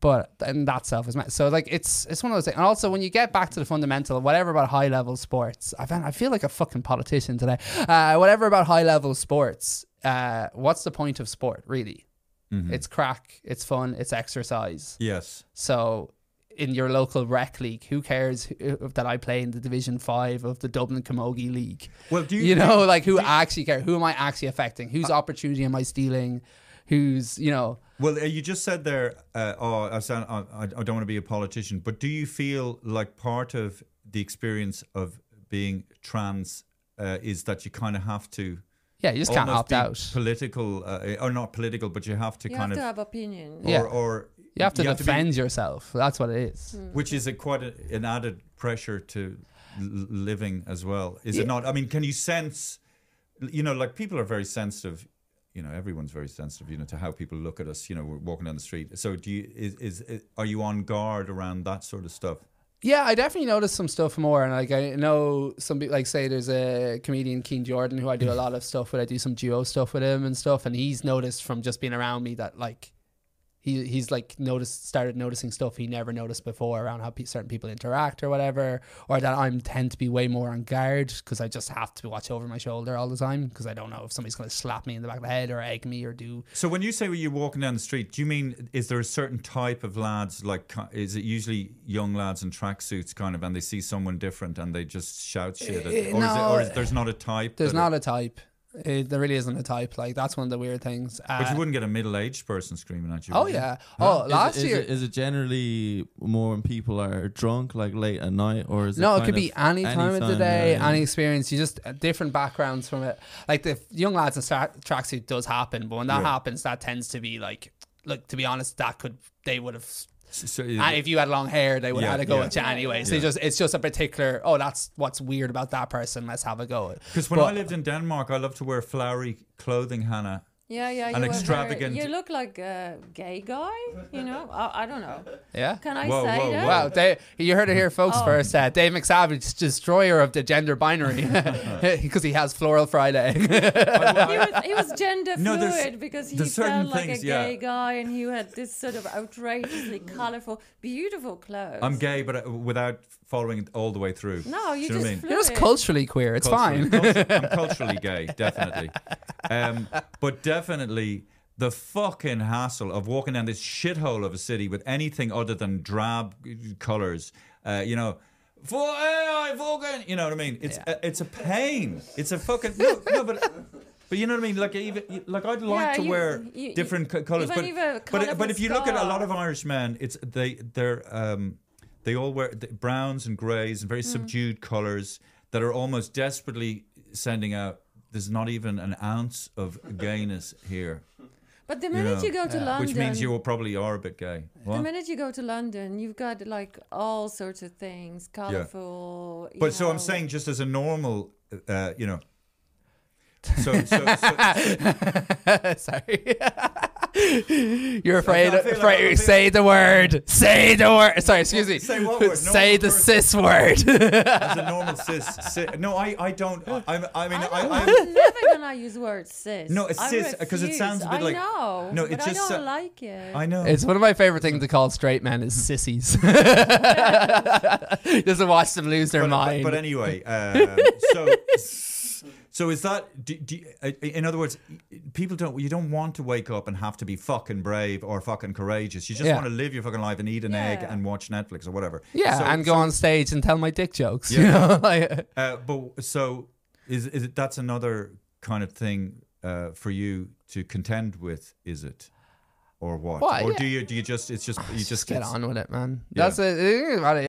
A: but and that self is so like it's it's one of those things. And also when you get back to the fundamental, whatever about high level sports, I found, I feel like a fucking politician today. Uh, whatever about high level sports, uh, what's the point of sport really?
C: Mm-hmm.
A: It's crack, it's fun, it's exercise.
C: Yes.
A: So in your local rec league, who cares who, that I play in the Division Five of the Dublin Camogie League?
C: Well, do you Uh,
A: you, know, like who actually care? Who am I actually affecting? Whose opportunity am I stealing? Who's you know?
C: Well, uh, you just said there. Uh, oh, I sound. I, I don't want to be a politician, but do you feel like part of the experience of being trans uh, is that you kind of have to
A: Yeah, you just can't
C: almost
A: opt
C: be
A: out.
C: Political, uh, or not political, but you have to
B: You
C: kind
B: have to
C: of.
B: have opinion.
A: Yeah.
C: or, or
A: you have to
C: be-
A: defend yourself. That's what it is.
C: which is a quite a, an added pressure to l- living as well is it not i mean can you sense you know like people are very sensitive you know everyone's very sensitive you know to how people look at us you know we're walking down the street so do you is, is, is are you on guard around that sort of stuff
A: Yeah, I definitely noticed some stuff more, and like I know some people, like say there's a comedian Keen Jordan who I do a lot of stuff with. I do some duo stuff with him and stuff, and he's noticed from just being around me that like he he's like noticed started noticing stuff he never noticed before around how pe- certain people interact or whatever, or that I'm tend to be way more on guard because I just have to watch over my shoulder all the time because I don't know if somebody's gonna slap me in the back of the head or egg me or do
C: so when you say well, you're walking down the street do you mean is there a certain type of lads like ki- is it usually young lads in tracksuits kind of and they see someone different and they just shout shit at, or, is it,
A: Eh, no.
C: or is there's not a type
A: There's
C: that-
A: not a type. It, there really isn't a type. Like that's one of the weird things. Uh,
C: but you wouldn't get a middle-aged person screaming at you
A: oh
C: would you?
A: yeah. Oh,
E: Is it-
A: last
E: is
A: year.
E: it, is it generally more when people are drunk, like late at night, or is it
A: no, it
E: kind
A: could be
E: of
A: any time of the day,
E: yeah, yeah.
A: any experience. You just uh, different backgrounds from it. Like the young lads in stra- tracksuit does happen, but when that happens, that tends to be like, look. To be honest, that could they would have.
C: So- uh,
A: And if you had long hair, they would
C: Yeah,
A: have had a go
C: yeah.
A: at you anyway. So you just it's just a particular. Oh, that's what's weird about that person. Let's have a go.
C: Because when
A: But-
C: I lived in Denmark, I loved to wear flowery clothing, Hannah.
B: Yeah, yeah.
C: An
B: you were very-
C: extravagant-
B: you look like a gay guy, you know? I, I don't know.
A: Yeah.
B: Can I
C: Whoa,
B: say
C: whoa,
B: that?
C: whoa.
A: Wow, Dave, you heard it here, folks. First, uh, Dave McSavage, destroyer of the gender binary, (laughs) because he has Floral Friday.
B: he was,
A: (laughs)
B: he was gender
C: No,
B: fluid
C: there's-
B: because he
C: there's
B: felt
C: certain
B: like
C: things,
B: a gay
C: yeah.
B: guy and he had this sort of outrageously colorful, beautiful clothes.
C: I'm gay, but uh, without following it all the way through.
B: No, you
C: Do
B: just
C: know what I mean?
B: flew
A: You're just
B: it.
A: culturally queer. It's
C: Culturally-
A: fine. (laughs)
C: cultu- I'm
B: (laughs)
C: culturally gay, definitely. Um, but definitely the fucking hassle of walking down this shithole of a city with anything other than drab colors, uh, you know. For AI Vulcan, you know what I mean? It's a, it's a pain. It's a fucking no, no, but but you know what I mean? Like even like I'd like
B: Yeah,
C: to
B: you-
C: wear
B: you-
C: different
B: you-
C: colors,
B: even
C: but
B: if a
C: but,
B: colourful
C: but if you look at a
B: scarf.
C: lot of Irish men, it's they they're um, they all wear th- browns and greys and very
B: Hmm.
C: subdued colors that are almost desperately sending out. There's not even an ounce of gayness here,
B: But the minute
C: know,
B: you go to London,
C: which means you probably are a bit gay.
B: the
C: What?
B: minute you go to London, you've got like all sorts of things, colorful. you
C: But so I'm
B: know.
C: saying, just as a normal, uh, you know.
B: (laughs)
C: So, so, so
A: Sorry. (laughs) You're afraid.
C: I feel like
A: afraid
C: I'm a bit-
A: say the word. Say the word. Sorry, excuse me.
C: Say what word? No
A: say
C: one
A: the
C: person.
A: cis word. (laughs)
C: as a normal cis, cis no, I, I don't. I, I'm- I mean, I,
B: I'm
C: I'm,
B: never gonna use word cis.
C: No, it's
B: I
C: cis, 'cause it sounds a
B: refuse.
C: bit like-
B: I know.
C: No,
B: No,
C: it
B: it but
C: just
B: I
C: sa-
B: don't like it.
C: I know.
A: It's one of my favorite things to call straight men is sissies. (laughs) Just to watch them lose their
C: but, but-
A: mind.
C: But,
A: (laughs)
C: anyway, um, so so is that? Do, do, uh, in other words, people don't. You don't want to wake up and have to be fucking brave or fucking courageous. You just
A: Yeah.
C: want to live your fucking life and eat an egg
B: Yeah.
C: and watch Netflix or whatever.
A: yeah,
C: So-
A: and go on stage and tell my dick jokes. (laughs) You
C: Yeah.
A: know, like,
C: Uh, but so is is it, that's another kind of thing uh, for you to contend with? Is it? Or what?
A: Well,
C: or
A: yeah.
C: do you do you just it's just you just,
A: just get
C: it's-
A: on with it, man.
C: Yeah.
A: That's it. The thing about it.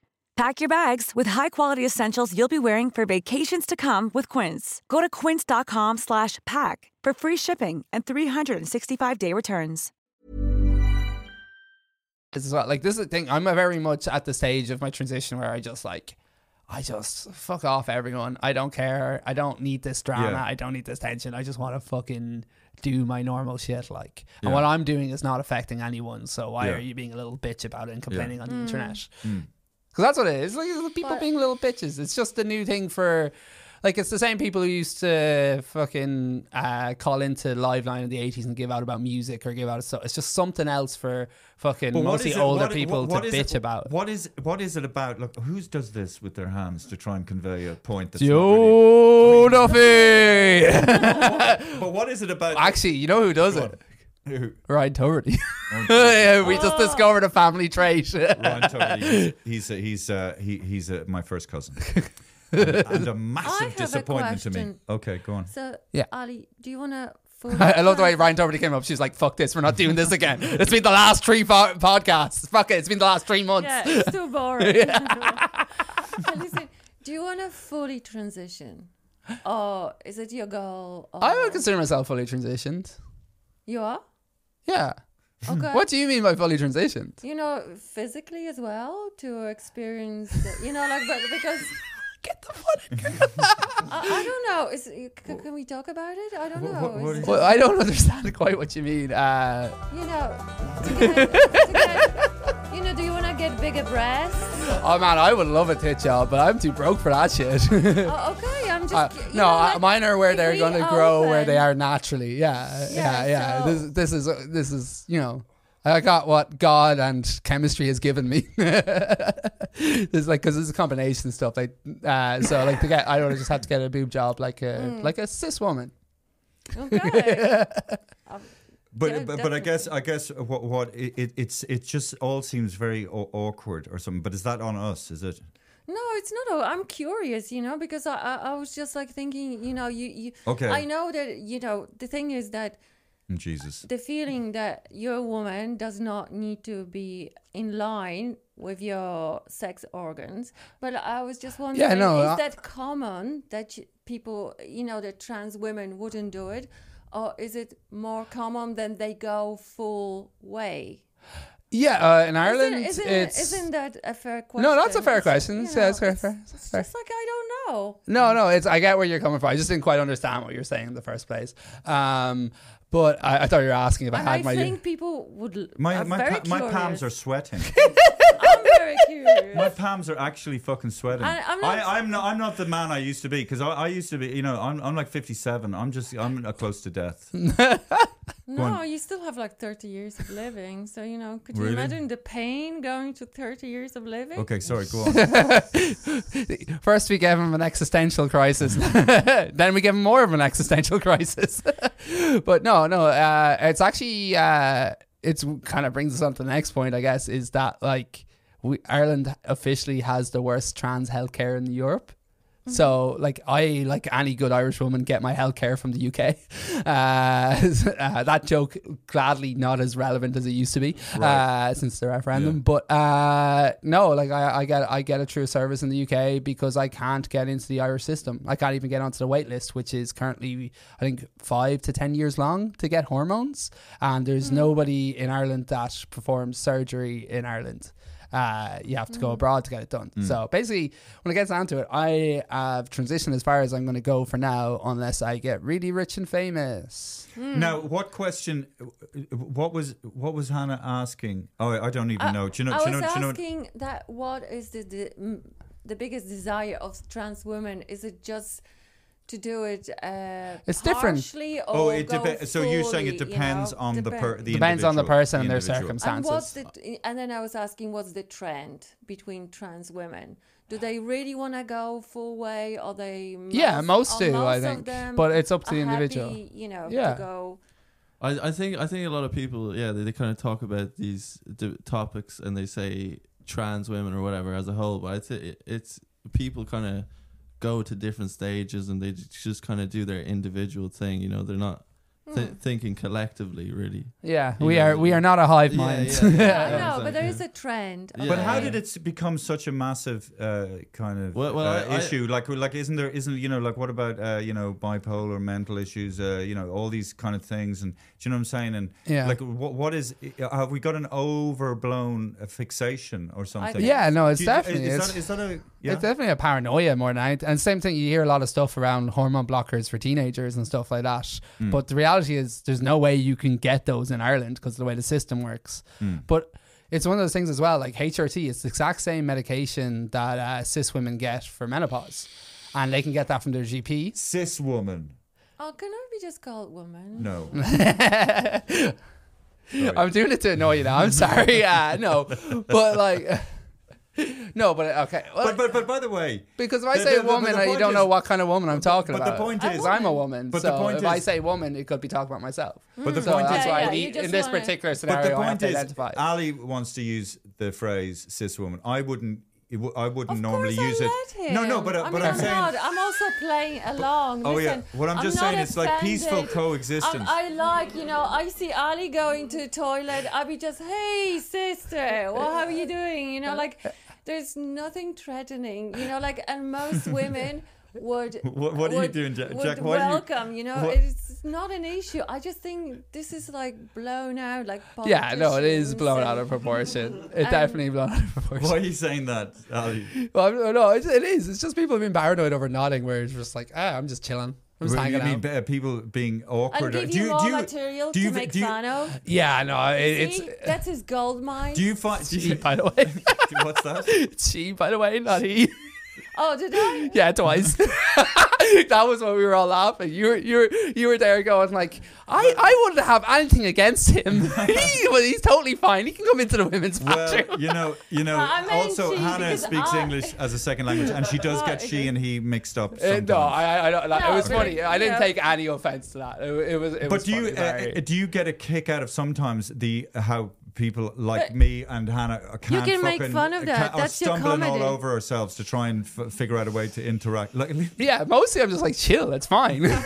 F: Pack your bags with high-quality essentials you'll be wearing for vacations to come with Quince. Go to quince.com slash pack for free shipping and 365-day returns.
A: This is what, like this is the thing. I'm a very much at the stage of my transition where I just like, I just fuck off everyone. I don't care. I don't need this drama.
C: Yeah.
A: I don't need this tension. I just want to fucking do my normal shit. Like, and
C: Yeah.
A: what I'm doing is not affecting anyone. So why
C: Yeah.
A: are you being a little bitch about it and complaining on the
B: Mm.
A: internet? Because that's what it is. Like, it's people being little bitches. It's just the new thing for, like, it's the same people who used to fucking uh, call into live line in the eighties and give out about music or give out stuff. It's just something else for fucking
C: But what
A: mostly
C: is it-
A: older
C: what-
A: people
C: what
A: to
C: is
A: bitch
C: it,
A: about.
C: What is what is it about? Look, who does this with their hands to try and convey a point? That's not really-
A: Joe Duffy.
C: but what is it about?
A: (laughs) Actually, you know who does
C: Go
A: it?
C: Who? Oh,
A: Ryan (laughs) Tuberty. yeah, we just discovered a family
C: (laughs)
A: trait. (laughs)
C: Ryan Tuberty. He's he's a, he's, uh, he, he's uh my first
A: (laughs)
C: cousin, and, and a
B: I
C: massive
B: have a
C: disappointment to me.
B: question.
C: Okay, go on.
B: So,
A: Yeah.
B: Ali, do you
A: (laughs)
B: want to?
A: I love the way Ryan Tuberty came up. She's like, "Fuck this, we're not doing this again." It's been the last three po- podcasts. Fuck it, it's been the last three months.
B: Yeah, it's too
A: (laughs)
B: boring. (laughs) And Listen, do you want to
A: (gasps)
B: fully transition, or is it your goal? Or...
A: I would consider myself fully transitioned.
B: You
A: (laughs)
B: are
A: Yeah.
B: okay.
A: What do you mean by fully transitioned?
B: you know physically as well to experience? The, you know, like but because.
A: (laughs) Get the fuck.
B: I, (laughs) I don't know. Is can, can we talk about it? I don't know.
C: what- what
B: Is
C: is-
B: it-
A: Well, I don't (laughs) understand quite what you mean. Uh,
B: you know, to get, to get- you know, do you want to get bigger
A: (laughs)
B: breasts?
A: oh man, I would love a tit job, but I'm too broke for that (laughs) shit.
B: Oh, okay, I'm just.
A: Uh,
B: cu- you
A: no,
B: know,
A: uh,
B: like,
A: mine are where
B: if
A: they're
B: we
A: going to grow where they
B: open-
A: are naturally. Yeah, yeah,
B: Yeah,
A: yeah.
B: so-
A: This, this is uh, this is you know, I got what God and chemistry has given me. (laughs) It's like because it's a combination of stuff. Like uh, so, like to get I don't know, just have to get a boob job like a
B: (laughs) Hmm.
A: like a cis woman. (laughs)
B: Okay. Um,
C: But,
B: Yeah,
C: but but I guess uh I guess what what it, it it's it just all seems very aw- awkward or something. But is that on us? Is it?
B: No, it's not. A, I'm curious, you know, because I, I I was just like thinking, you know, you you.
C: Okay.
B: I know that you know the thing is that
C: Jesus.
B: the feeling that your woman does not need to be in line with your sex organs. But I was just wondering,
A: no,
B: is
A: I-
B: that common that you, people, you know, that trans women wouldn't do it? Or is it more common than they go full way?
A: Yeah, uh, in
B: Isn't-
A: Ireland,
B: isn't,
A: it's
B: isn't that a fair question?
A: No, that's a fair
B: It's-
A: question.
B: you
A: It's- yeah, it's fair-
B: it's-
A: fair-
B: it's
A: fair.
B: just like I don't know.
A: No, no, it's I get where you're coming from. I just didn't quite understand what you were saying in the first place. Um, but I, I thought you were asking if I
B: And
A: had
B: I
A: my.
B: think people would. l-
C: My
B: are
C: my
B: Uh, very
C: pa- my palms
B: curious.
C: are sweating.
B: (laughs) I'm very curious.
C: My palms are actually fucking sweating.
B: I- I'm
C: I'm
B: not-
C: not, I, am not. I'm not the man I used to be because I, I used to be. You know, I'm, I'm like 57. I'm just. I'm uh, close to death.
B: (laughs) No, you still have like 30 years of living. So, you know, could you
C: Really?
B: imagine the pain going to 30 years of living?
C: Okay, sorry. Go on.
A: First, we gave him an existential crisis. (laughs) then we gave him more of an existential (laughs) crisis. but no, no, uh, it's actually uh, it's kind of brings us on to the next point, I guess, is that like we, Ireland officially has the worst trans healthcare in Europe. So, like, I, like any good Irish woman, get my healthcare from the (laughs) UK. Uh, uh, that joke, gladly not as relevant as it used to be uh, since the referendum. But uh, no, like, I, I get I get a true service in the UK because I can't get into the Irish system. I can't even get onto the wait list, which is currently, I think, five to 10 years long to get hormones. And there's nobody in Ireland that performs surgery in Ireland uh, you have to go abroad to get it done. So basically, when it gets down to it, I have transitioned as far as I'm going to go for now, unless I get really rich and famous.
B: Hmm.
C: now, what question? What was what was Hannah asking? Oh, I don't even know. Do you know?
B: Uh, I
C: do
B: was
C: you know? do you know?
B: asking that what is the, the, mm, the biggest desire of trans women? Is it just to do it. Uh,
A: It's different.
B: partially Or
C: Oh, it
B: go
C: depe- so you're saying it
B: fully, you
C: depends
B: know?
C: on the per-
B: Depends.
C: the
A: Depends on the
C: individual-
A: person and their
C: individual.
B: And what's the
A: circumstances.
B: and then I was asking what's the trend between trans women? Do they really want to go full way? Or they
A: Yeah, most
B: or
A: do, I
B: of
A: think.
B: them
A: But it's up to the
B: are
A: individual.
B: happy, you know,
A: Yeah.
B: to
A: (laughs)
B: go.
E: I, I think I think a lot of people, yeah, they, they kind of talk about these d- topics and they say trans women or whatever as a whole, but I think it's people kind of go to different stages and they j- just kind of do their individual thing. You know, they're not thi- thinking collectively, really.
A: Yeah,
E: You
A: we
E: know,
A: are we are not a hive
E: Yeah,
A: mind.
E: yeah, yeah.
A: (laughs)
B: I
E: Yeah,
B: know, but there
E: exactly.
B: is a trend.
E: Yeah.
C: But how
B: okay.
C: did it s- become such a massive uh, kind of
E: Well- well,
C: uh,
E: I- I-
C: issue? like, like isn't there? Isn't you know, like, what about uh, you know, bipolar, mental issues? Uh, you know, all these kind of things, and do you know what I'm saying? And
A: Yeah.
C: like, what, what is? Have we got an overblown uh, fixation or something?
A: Yeah, no, it's
C: Do you-
A: definitely-
C: Is,
A: it's-
C: that, is that a? Yeah.
A: It's definitely a paranoia more than anything. And same thing, you hear a lot of stuff around hormone blockers for teenagers and stuff like that. But the reality is, there's no way you can get those in Ireland because of the way the system works. But it's one of those things as well, like HRT, it's the exact same medication that uh, cis women get for menopause. And they can get that from their GP.
C: Cis woman.
B: Oh, can I be just called woman?
C: No.
A: I'm doing it to annoy you now. I'm sorry. Uh, no, but like, (laughs) no, but uh, okay. Well,
C: But, but but by the way,
A: Because if I
C: the-
A: say
C: the- the- the
A: woman, I you
C: point
A: don't
C: is-
A: know what kind of woman I'm talking
C: but the
A: about.
C: point
A: Because
C: is-
A: I'm a woman.
C: But
A: so
C: the point
A: if I
C: is-
A: say woman, it could be talking about myself.
C: But the
A: so
C: point
A: that's
C: is-
A: why
B: Yeah,
A: I
B: yeah, you
A: need, in
B: just
A: this
B: wanna-
A: particular
C: But
A: scenario,
C: the
A: I have
C: point
A: to
C: is,
A: identify.
C: Ali wants to use the phrase "cis woman." I wouldn't. it w- I wouldn't
B: Of
C: normally use
B: course I
C: it.
B: Let him.
C: No, no, but uh,
B: I
C: but
B: mean,
C: I'm saying.
B: not. I'm also playing along.
C: Oh, yeah.
B: Listen,
C: What I'm just
B: not
C: saying, it's like peaceful
B: offended.
C: coexistence.
B: I, I like, you know, I see Ali going to toilet. I be just, hey sister, what how are you doing? You know,
C: Uh,
B: like there's nothing threatening. You know, like and most women. Would
C: (laughs) What- what are you
B: would-
C: doing, Jack-
B: would
C: Jack? Why are you-
B: welcome, you, know,
C: what-
B: it's not an issue. I just think this is like blown out, like
A: yeah, no, it is
B: politicians
A: blown
B: and-
A: out of proportion. It
B: (laughs) Um,
A: definitely blown out of proportion.
C: Why are you saying that, (laughs) Ali?
A: Well, I'm- no, it's, it is. It's just people being paranoid over nodding, where it's just like, ah, I'm just chilling. I'm just
C: Well,
A: hanging
C: you mean
A: out.
C: be- people being awkward?
B: I'll give
C: do
B: you,
C: you,
B: raw
C: do you,
B: material
C: do you,
B: to make
C: do you,
B: fun of.
A: yeah, no, it, it's uh,
B: See, that's his gold mine.
C: Do you find? Do you,
A: (laughs) cheap,
C: (laughs)
A: by the way.
C: what's that?
A: she, by the way, not he.
B: oh, did I?
A: Yeah, twice. (laughs) that was when we were all laughing. You were you were you were there going like, I, I wouldn't have anything against
C: (laughs)
A: him. (laughs) he, well, he's totally fine. He can come into the women's bathroom.
C: (laughs) Well, you know, you know.
B: I meant
C: also,
B: she,
C: Hannah
B: because
C: speaks
B: I-
C: English as a second language, and
B: (laughs)
C: she does get
B: Right,
C: she
B: okay.
C: and he mixed up.
A: Uh,
C: Sometimes.
A: (laughs) no, I, I, I don't- like,
B: No,
A: it was
B: but
A: funny.
B: it-
A: I didn't
B: yeah.
A: take any offense to that. It, it was. It
C: But
A: was
C: do you
A: funny, Barry.
C: uh, do you get a kick out of sometimes the how people like me and Hannah can't
B: can make
C: fucking-
B: fun of that.
C: can't-
B: That's
C: are
B: your
C: stumbling all
B: comedy.
C: over ourselves to try and f- figure out a way to interact. Like
A: yeah, mostly I'm just like chill. It's fine. (laughs)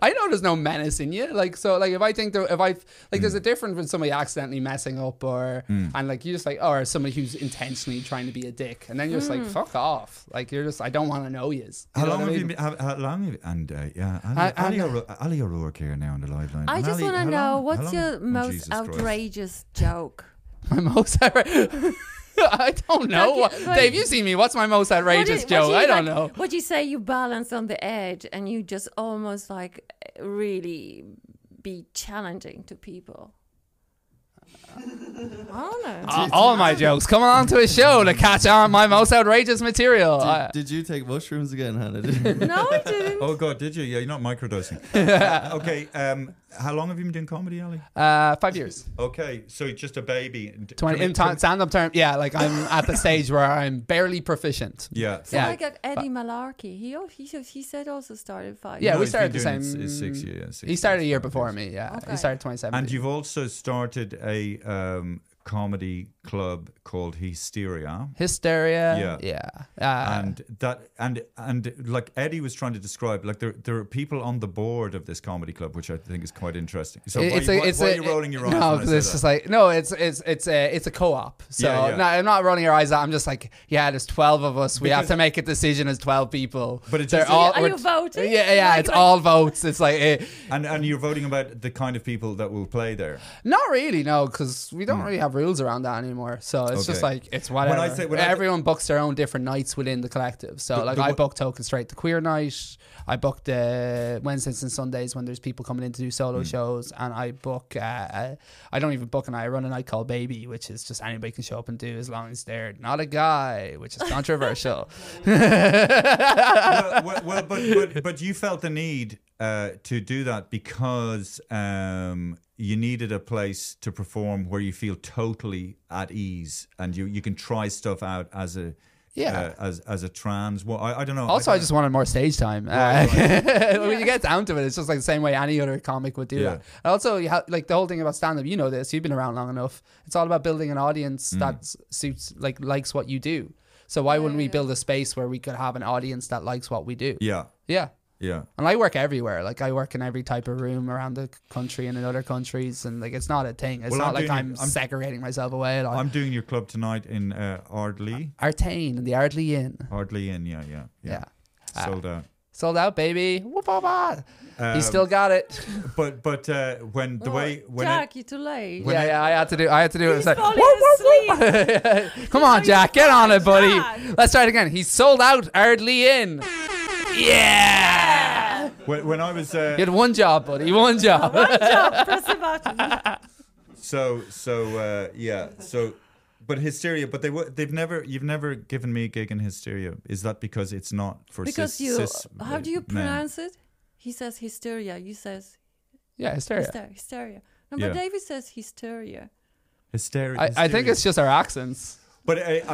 A: I know there's no menace in you. Like so, like if I think there, if I like,
C: Mm.
A: there's a difference when somebody accidentally messing up or and like you just like or somebody who's intentionally trying to be a dick, and then you're just like
B: Mm.
A: fuck off. Like you're just I don't want to know yous. you.
C: how
A: know
C: long
A: what I
C: have you
A: mean?
C: been? How, how long have you, and uh, yeah, Ali,
A: I-
C: Ali,
A: I'm-
C: O'Ro- Ali O'Rourke here now on the live line.
B: I
C: And
B: just
C: Ali,
B: want to
C: how
B: know
C: long-
B: what's
C: how long-
B: your
C: Oh,
B: most
C: Jesus Christ.
B: outrageous joke?
A: (laughs) My most outrageous. I don't know.
B: Like,
A: what-
B: like-
A: Dave, you see me. What's my most outrageous
B: What do you- what
A: joke?
B: do you
A: I don't
B: like-
A: know.
B: What do you say you balance on the edge and you just almost like really be challenging to people? I don't know.
A: (laughs) Uh, all my jokes come on to a show to catch on my most outrageous material.
E: Did,
A: Uh, I-
E: did you take mushrooms again, Hannah? Did you?
B: no, I didn't.
C: Oh God, did you? Yeah, you're not
A: (laughs)
C: microdosing. Uh, okay, um, how long have you been doing comedy, Ali?
A: uh, five years.
C: Okay, so just a baby. D-
A: 20
C: can we-
A: in
C: can
A: time, stand up term. Yeah, like I'm at the stage where I'm
C: (laughs)
A: barely proficient.
C: we- Yeah,
A: (laughs)
B: So
A: Yeah. Uh,
B: I got Eddie Malarkey. He al- he said- he said also started five.
A: Yeah,
C: No,
A: we
C: he's been
A: started the
C: doing
A: same.
C: it s- it's six years, yeah, six
A: he started a
C: years,
A: year
C: five
A: before
C: years.
A: me. Yeah,
B: Okay.
A: he started 2017.
C: And you've also started a um, comedy club called Hysteria.
A: hysteria. Yeah, Uh,
C: and that and and like Eddie was trying to describe, like there there are people on the board of this comedy club, which I think is quite interesting. So
A: it-
C: why, why, why are you rolling your eyes?
A: No,
C: when I
A: because
C: say
A: it's
C: that?
A: just like no, it's it's it's a it's a co-op. So
C: Yeah, yeah.
A: No, I'm not rolling your eyes out. I'm just like yeah, there's 12 of us. We have to make a decision as 12 people.
C: But it's
A: They're
C: just-
B: Are you
A: we're-
B: voting?
A: Yeah, yeah,
B: Like-
A: it's
B: like-
A: all votes. It's like. eh, (laughs)
C: and and you're voting about the kind of people that will play there.
A: Not really, no, because we don't really have rules around that anymore. So it's just
C: Hmm. Okay.
A: like it's
C: When
A: whatever.
C: I say- when I-
A: Everyone books their own different nights within the collective. So
C: The-
A: like
C: the
A: I
C: wha-
A: book Token Straight the queer night. I book the Wednesdays and Sundays when there's people coming in to do
C: Hmm.
A: solo shows, and I book. Uh, uh, I don't even book, and I run a night called Baby, which is just anybody can show up and do as long as they're not a guy,
C: (laughs)
A: which is controversial.
C: well, well, well, but, but but you felt the need uh, to do that because um, you needed a place to perform where you feel totally at ease and you, you can try stuff out as a
A: Yeah.
C: uh, as as a trans. Well, I, I don't know.
A: Also, I,
C: don't-
A: just wanted more stage time.
C: Right,
A: Uh, (laughs) when you get down to it, it's just like the same way any other comic would do
C: Yeah.
A: that. And also, you ha- like the whole thing about stand up, you know this, you've been around long enough. It's all about building an audience
C: Mm.
A: that suits, like, likes what you do. So, why wouldn't we build a space where we could have an audience that likes what we do?
C: yeah
A: Yeah.
C: yeah.
A: And I work everywhere. Like, I work in every type of room around the country and in other countries. And, like, it's not a thing. It's
C: Well,
A: not
C: I'm
A: like
C: doing-
A: I'm,
C: I'm-
A: segregating myself away at all.
C: I'm doing your club tonight in uh, Ardley.
A: Artane and the Ardley Inn.
C: Ardley Inn, yeah, yeah, yeah. Sold
A: Ah.
C: out.
A: Sold out, baby. Whoop, whoop, whoop.
C: Um,
A: He's still got it.
C: But but uh, when the way when it-
B: Oh, Jack, you're too late.
A: yeah, yeah, I had to do. I had to do it. It's like,
B: falling (laughs)
A: "Whoop." (laughs) come on, Jack, get on it, buddy. Let's try it again. He's sold out, hardly in. Yeah.
C: when, when I was
A: You
C: uh,
A: had one job, buddy. One job.
C: so so uh, yeah so but hysteria but they were they've never you've never given me a gig in hysteria is that because it's not for
B: because
C: cis,
B: you,
C: cis
B: how do you
C: men?
B: pronounce it? He says hysteria. You says
A: (laughs) yeah, hysteria.
B: hyster- hysteria. No, but
C: Yeah.
B: David says hysteria.
C: hysteria
A: I, I think
C: hysteria.
A: it's just our accents.
C: but I, I,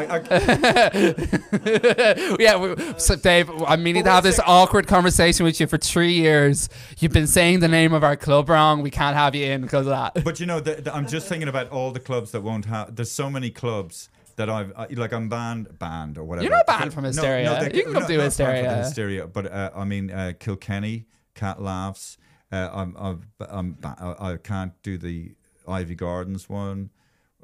A: yeah, we, so Dave, I'm meaning to have this awkward conversation with you for three years. You've been saying the name of our club wrong. We can't have you in because of that. (laughs)
C: but you know the, the- I'm just thinking about all the clubs that won't have there's so many clubs that I've I, like I'm banned banned or whatever
A: You're not banned
C: No,
A: from
C: no,
A: Hysteria.
C: they-
A: You can come
C: no,
A: do
C: not banned from the
A: Hysteria.
C: hysteria but uh, I mean uh, Kilkenny cat laughs uh, I'm, I'm, I'm ba- I I can't do the Ivy Gardens one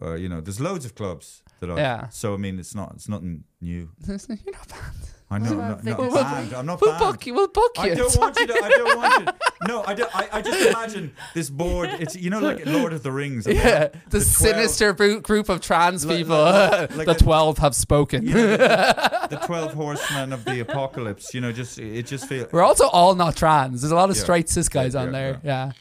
C: uh, you know there's loads of clubs that I
A: Yeah.
C: so I mean it's not it's nothing new
A: You're not banned.
C: I know I'm not,
A: about
C: not
A: Vic- We'll-
C: banned I'm not
A: we'll
C: banned
A: book you. We'll book you.
C: I don't want you to. I don't want you. No, I don't. I, I just imagine this board. It's you know like Lord of the Rings. and they
A: (laughs) Yeah,
C: have
A: the,
C: 12
A: sinister bru- group of trans
C: Like-
A: people.
C: like- like
A: (laughs) the
C: the-
A: twelve have spoken.
C: you know, the, the twelve horsemen of the apocalypse. You know, just it just feels.
A: We're also all not trans. There's a lot of
C: Yeah.
A: straight cis guys
C: Yeah,
A: on
C: yeah,
A: there.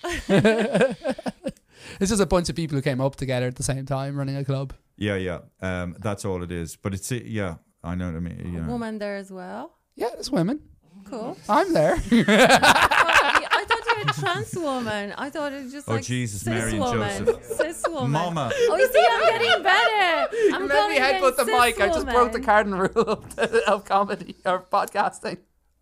A: Yeah. (laughs) it's just a bunch of people who came up together at the same time running a club.
C: Yeah, yeah. Um, that's all it is. But it's yeah. I know what I mean. Yeah. Mm-hmm.
B: Woman there as well.
A: Yeah, there's women.
B: Cool.
A: I'm
B: (laughs)
A: there.
B: I I thought you were a trans woman. I thought it was just
C: Oh,
B: like
C: Jesus,
B: cis
C: Mary and
B: woman.
C: Joseph.
B: Cis woman.
C: Mama.
B: Oh, you see, I'm
C: (laughs)
B: getting better. I'm
A: Let me
B: calling
A: headbutt
B: it
A: the mic.
B: cis
A: I just broke the
B: woman.
A: cardinal rule of, (laughs) of comedy or podcasting.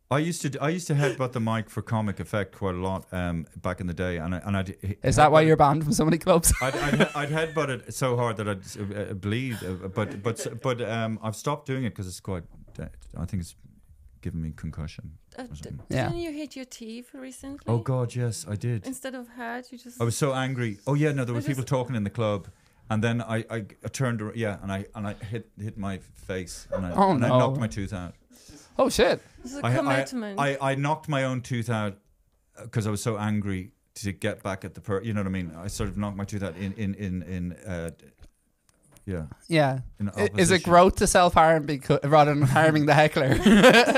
C: I used to I used to headbutt the mic for comic effect quite a lot um, back in the day, and I, and I'd,
A: Is that why you're banned from so many clubs?
C: I'd, I'd, I'd headbutt it so hard that I'd uh, uh, bleed, uh, but but but um, I've stopped doing it because it's quite. uh, I think it's given me concussion.
B: Uh,
C: or
B: d-
C: something.
A: Yeah.
B: Didn't you hit your teeth recently?
C: Mm-hmm. Oh God, yes, I did.
B: Instead of head, you just.
C: I was so angry. Oh yeah, no, there were
B: I
C: people
B: just-
C: talking in the club, and then I, I, I turned ar- yeah, and I and I hit hit my face, and I,
A: Oh,
C: and I
A: no.
C: knocked my tooth out.
A: (laughs) Oh shit!
B: It's a
C: I,
B: commitment.
C: I, I I knocked my own tooth out because I was so angry to get back at the per. You know what I mean? I sort of knocked my tooth out in in in in. Uh, d- yeah.
A: Yeah.
C: In
A: I- Is it
C: opposition.
A: growth to self harm because rather than harming the heckler? (laughs)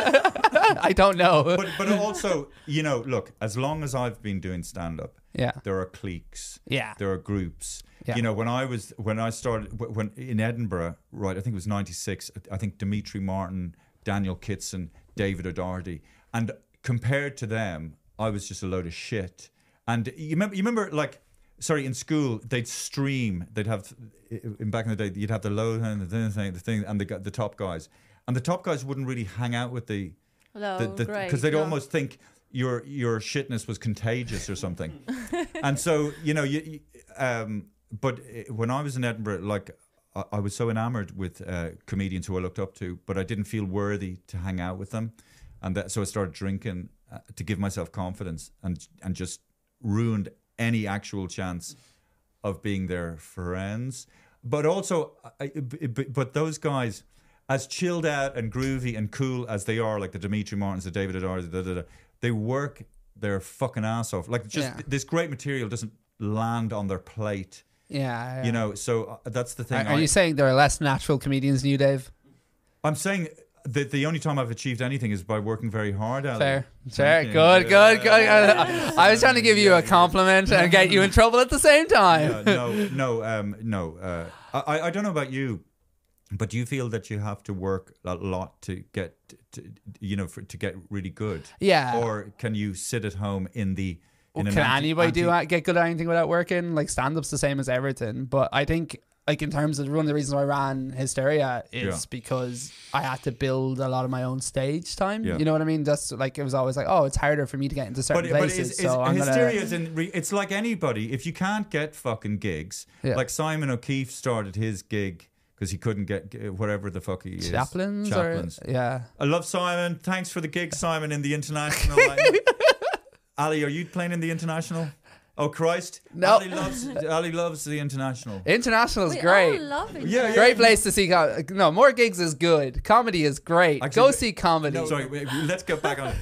A: I don't know.
C: But but also, you know, look, as long as I've been doing stand up,
A: Yeah.
C: there are cliques.
A: Yeah.
C: There are groups.
A: Yeah.
C: You know, when I was when I started wh- when in Edinburgh, right? I think it was '96. I think Dimitri Martin, Daniel Kitson, David O'Doherty, and compared to them, I was just a load of shit. And you remember, you remember, like, sorry, in school they'd stream. They'd have in back in the day, you'd have the low and the thin thing, the thing, and the gu- the top guys. And the top guys wouldn't really hang out with the
B: Low, Oh, great,
C: because they'd
B: low.
C: almost think your your shitness was contagious or something. and so you know you, you- um, but uh, when I was in Edinburgh, like I, I was so enamored with uh, comedians who I looked up to, but I didn't feel worthy to hang out with them, and that, so I started drinking uh, to give myself confidence, and and just ruined any actual chance of being their friends. But also, I, b- b- but those guys, as chilled out and groovy and cool as they are, like the Dimitri Martins, the David Adar, da, da, da, they work their fucking ass off. Like just
A: Yeah.
C: this great material doesn't land on their plate.
A: Yeah,
C: You know, so uh, that's the thing.
A: Are, are
C: I-
A: you saying there are less natural comedians than you, Dave?
C: I'm saying that the only time I've achieved anything is by working very hard at
A: Fair.
C: it.
A: Fair.
C: Thank you.
A: Good, good, good. I (laughs) I was trying to give you a compliment and get you in trouble at the same
C: Yeah,
A: time.
C: Uh, no, no, um, no. Uh, I, I- I don't know about you, but do you feel that you have to work a lot to get, to, you know, for, to get really good?
A: Yeah.
C: Or can you sit at home in the in an
A: Can
C: anti-
A: anybody do
C: anti-
A: that- get good at anything without working? Like stand up's the same as everything. But I think like in terms of one of the reasons why I ran Hysteria is
C: Yeah.
A: because I had to build a lot of my own stage time.
C: Yeah.
A: You know what I mean? That's like it was always like, oh, it's harder for me to get into certain
C: But, but
A: places.
C: is, is,
A: so I'm
C: hysteria
A: gonna,
C: is in re- it's like anybody. If you can't get fucking gigs,
A: Yeah.
C: like Simon O'Keefe started his gig because he couldn't get g- whatever the fuck he is.
A: Chaplains or- yeah.
C: I love Simon. Thanks for the gig, Simon, in the international.
A: (laughs)
C: lineup. Ali, are you playing in the international? Oh Christ!
A: No.
C: Ali loves Ali loves the international.
A: International's
B: We
A: great.
B: all love it.
C: Yeah, yeah.
A: Great place to see. Com- no, more gigs is good. Comedy is great. Go
C: Actually,
A: see comedy.
C: No, sorry, wait, let's get back on. it.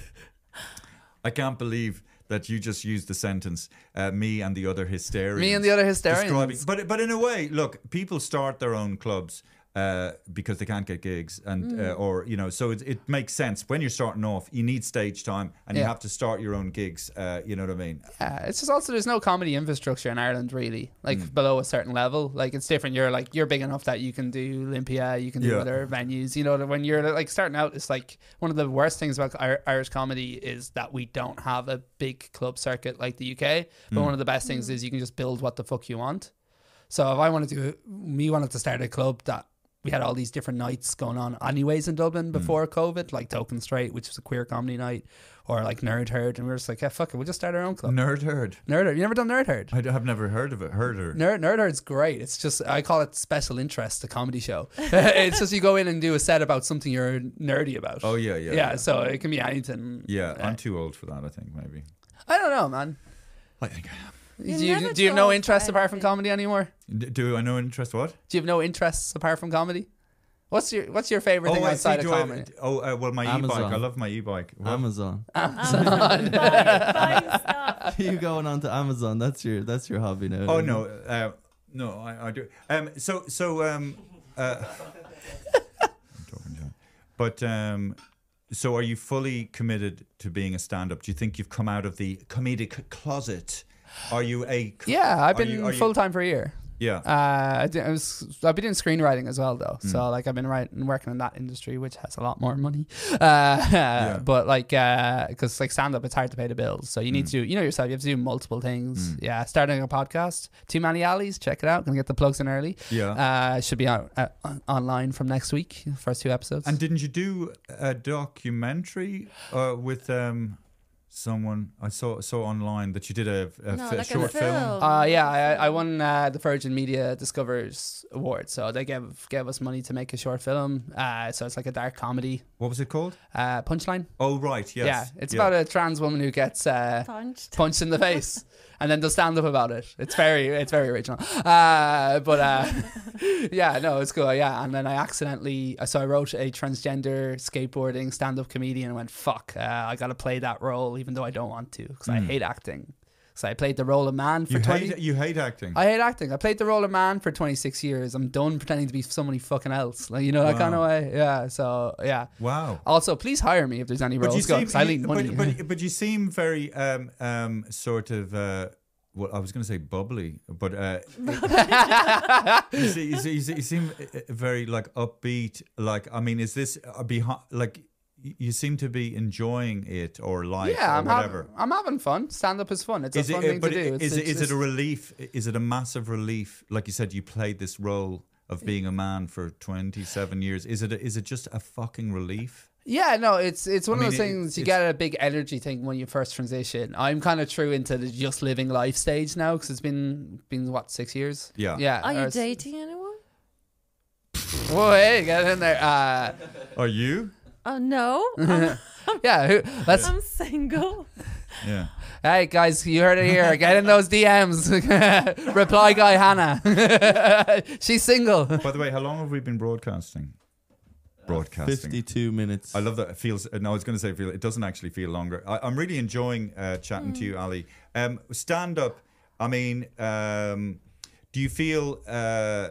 C: I can't believe that you just used the sentence uh, "me and the other hysterians."
A: Me and the other hysterians.
C: describing- But but in a way, look, people start their own clubs. Uh, because they can't get gigs, and uh,
A: Mm.
C: or you know, so it, it makes sense when you're starting off. You need stage time, and you
A: Yeah.
C: have to start your own gigs. Uh, you know what I mean?
A: Yeah, it's just also there's no comedy infrastructure in Ireland really, like below a certain level. Like it's different. You're like you're big enough that you can do Olympia, you can do
C: Yeah.
A: other venues. You know, when you're like starting out, it's like one of the worst things about Ir- Irish comedy is that we don't have a big club circuit like the UK. But one of the best things is you can just build what the fuck you want. So if I wanted to, me wanted to start a club that we had all these different nights going on anyways in Dublin before COVID, like Token Straight, which was a queer comedy night, or like Nerd Herd, and we were just like, yeah, fuck it, we'll just start our own club.
C: Nerd herd.
A: Nerd Herd. You never done Nerd Herd?
C: I, have never heard of it. Herd herd.
A: Nerd, Nerd Herd's great. It's just, I call it special interest, the comedy
C: (laughs)
A: show. (laughs) it's just you go in and do a set about something you're nerdy about.
C: Oh, yeah, yeah,
A: Yeah,
C: yeah.
A: so it can be anything.
C: Yeah, I'm too old for that. I think maybe.
A: I don't know, man.
C: I think.
A: Do
B: You're
A: you,
B: never
A: do you have
B: too old
A: no
B: for
A: interests apart from
B: anything.
A: comedy anymore?
C: D- Do I know interest? What?
A: Do you have no interests apart from comedy? What's your What's your favorite thing
C: Oh, I
A: outside of
C: Do I-
A: comedy?
C: oh, uh, well, my e-bike.
E: Amazon.
C: I love my e-bike. What?
E: Amazon.
A: (laughs)
B: Buying stuff.
E: you going on to Amazon? That's your that's your hobby now.
C: Oh
E: isn't
C: no,
E: it?
C: uh, no, I, I do. Um, so so um, uh, I'm talking John. but um, so are you fully committed to being a stand-up? Do you think you've come out of the comedic closet? Are you a? co-
A: Yeah, I've
C: are
A: been
C: you- are you-
A: full time for a year.
C: Yeah.
A: Uh, I did, I was, I've been doing screenwriting as well though,
C: Hmm.
A: so like I've been writing, working in that industry, which has a lot more money. Uh, But like, because like stand up, it's hard to pay the bills, so you need
C: Hmm.
A: to, you know yourself, you have to do multiple things. Yeah, starting a podcast, Too Many Alleys, check it out. Gonna get the plugs in early.
C: Yeah.
A: uh, should be on, uh, on- online from next week. First two episodes.
C: and didn't you do a documentary uh, with um, someone? I saw saw online that you did a, a
B: No,
C: fi-
B: like a
C: short
B: film.
A: Uh, yeah, I, I won uh, the Virgin Media Discovers Award, so they gave gave us money to make a short film. Uh, so it's like a dark comedy.
C: What was it called?
A: Uh, punchline.
C: Oh right, yes.
A: Yeah, it's about a trans woman who gets uh,
B: Punched.
A: punched in the face and then does stand up about it. It's very, it's very original. Uh, but uh, (laughs) yeah, no, it's cool. Yeah, and then I accidentally, uh, so I wrote a transgender skateboarding stand up comedian and went, fuck, uh, I got to play that role even though I don't want to because I hate acting. So I played the role of man for
C: You
A: 20.
C: hate you hate acting.
A: I hate acting. I played the role of man for 26 years. I'm done pretending to be somebody fucking else. Like, you know, that kind of way. Yeah. So, yeah.
C: Wow.
A: Also, please hire me if there's any roles going. 'cause I need
C: Oh. you-
A: money.
C: (laughs) But,
A: (laughs)
C: but, but you seem very um, um, sort of. Uh, well, I was going to say bubbly, but uh,
A: (laughs)
C: you, see, you, see, you, see- you seem uh, very like upbeat. Like, I mean, is this uh, behind? Like, y- you seem to be enjoying it or life
A: yeah,
C: or
A: I'm
C: whatever.
A: having, I'm having fun. Stand up is fun. It's
C: is
A: a
C: it?
A: fun
C: uh,
A: thing
C: but
A: to do.
C: i-
A: It's,
C: is it?
A: it's
C: Is it
A: just-
C: a relief? Is it a massive relief? Like you said, you played this role of being a man for twenty-seven years. Is it? A, is it just a fucking relief?
A: yeah, no, it's it's one
C: I mean,
A: of those
C: it-
A: things you
C: it's-
A: get a big energy thing when you first transition. I'm kind of true into the just living life stage now because it's been been what six years.
C: Yeah.
A: yeah.
B: Are
A: or
B: you
A: s-
B: dating anyone?
A: Whoa, hey, get in there. Uh,
C: Are you?
B: Oh no,
A: (laughs)
B: I'm,
A: yeah, who,
C: (laughs)
A: let's.
B: I'm single.
A: Uh,
C: Yeah.
A: Hey guys, you heard it here. Get in those DMs. (laughs) Reply guy Hannah. (laughs) She's
C: (laughs)
A: single.
C: By the way, how long have we been broadcasting? Broadcasting.
E: Fifty-two minutes.
C: I love that. It feels. No, I was going to say feel. It doesn't actually feel longer. I, I'm really enjoying uh, chatting to you, Ali. Um, stand up. I mean, um, do Do you feel, uh,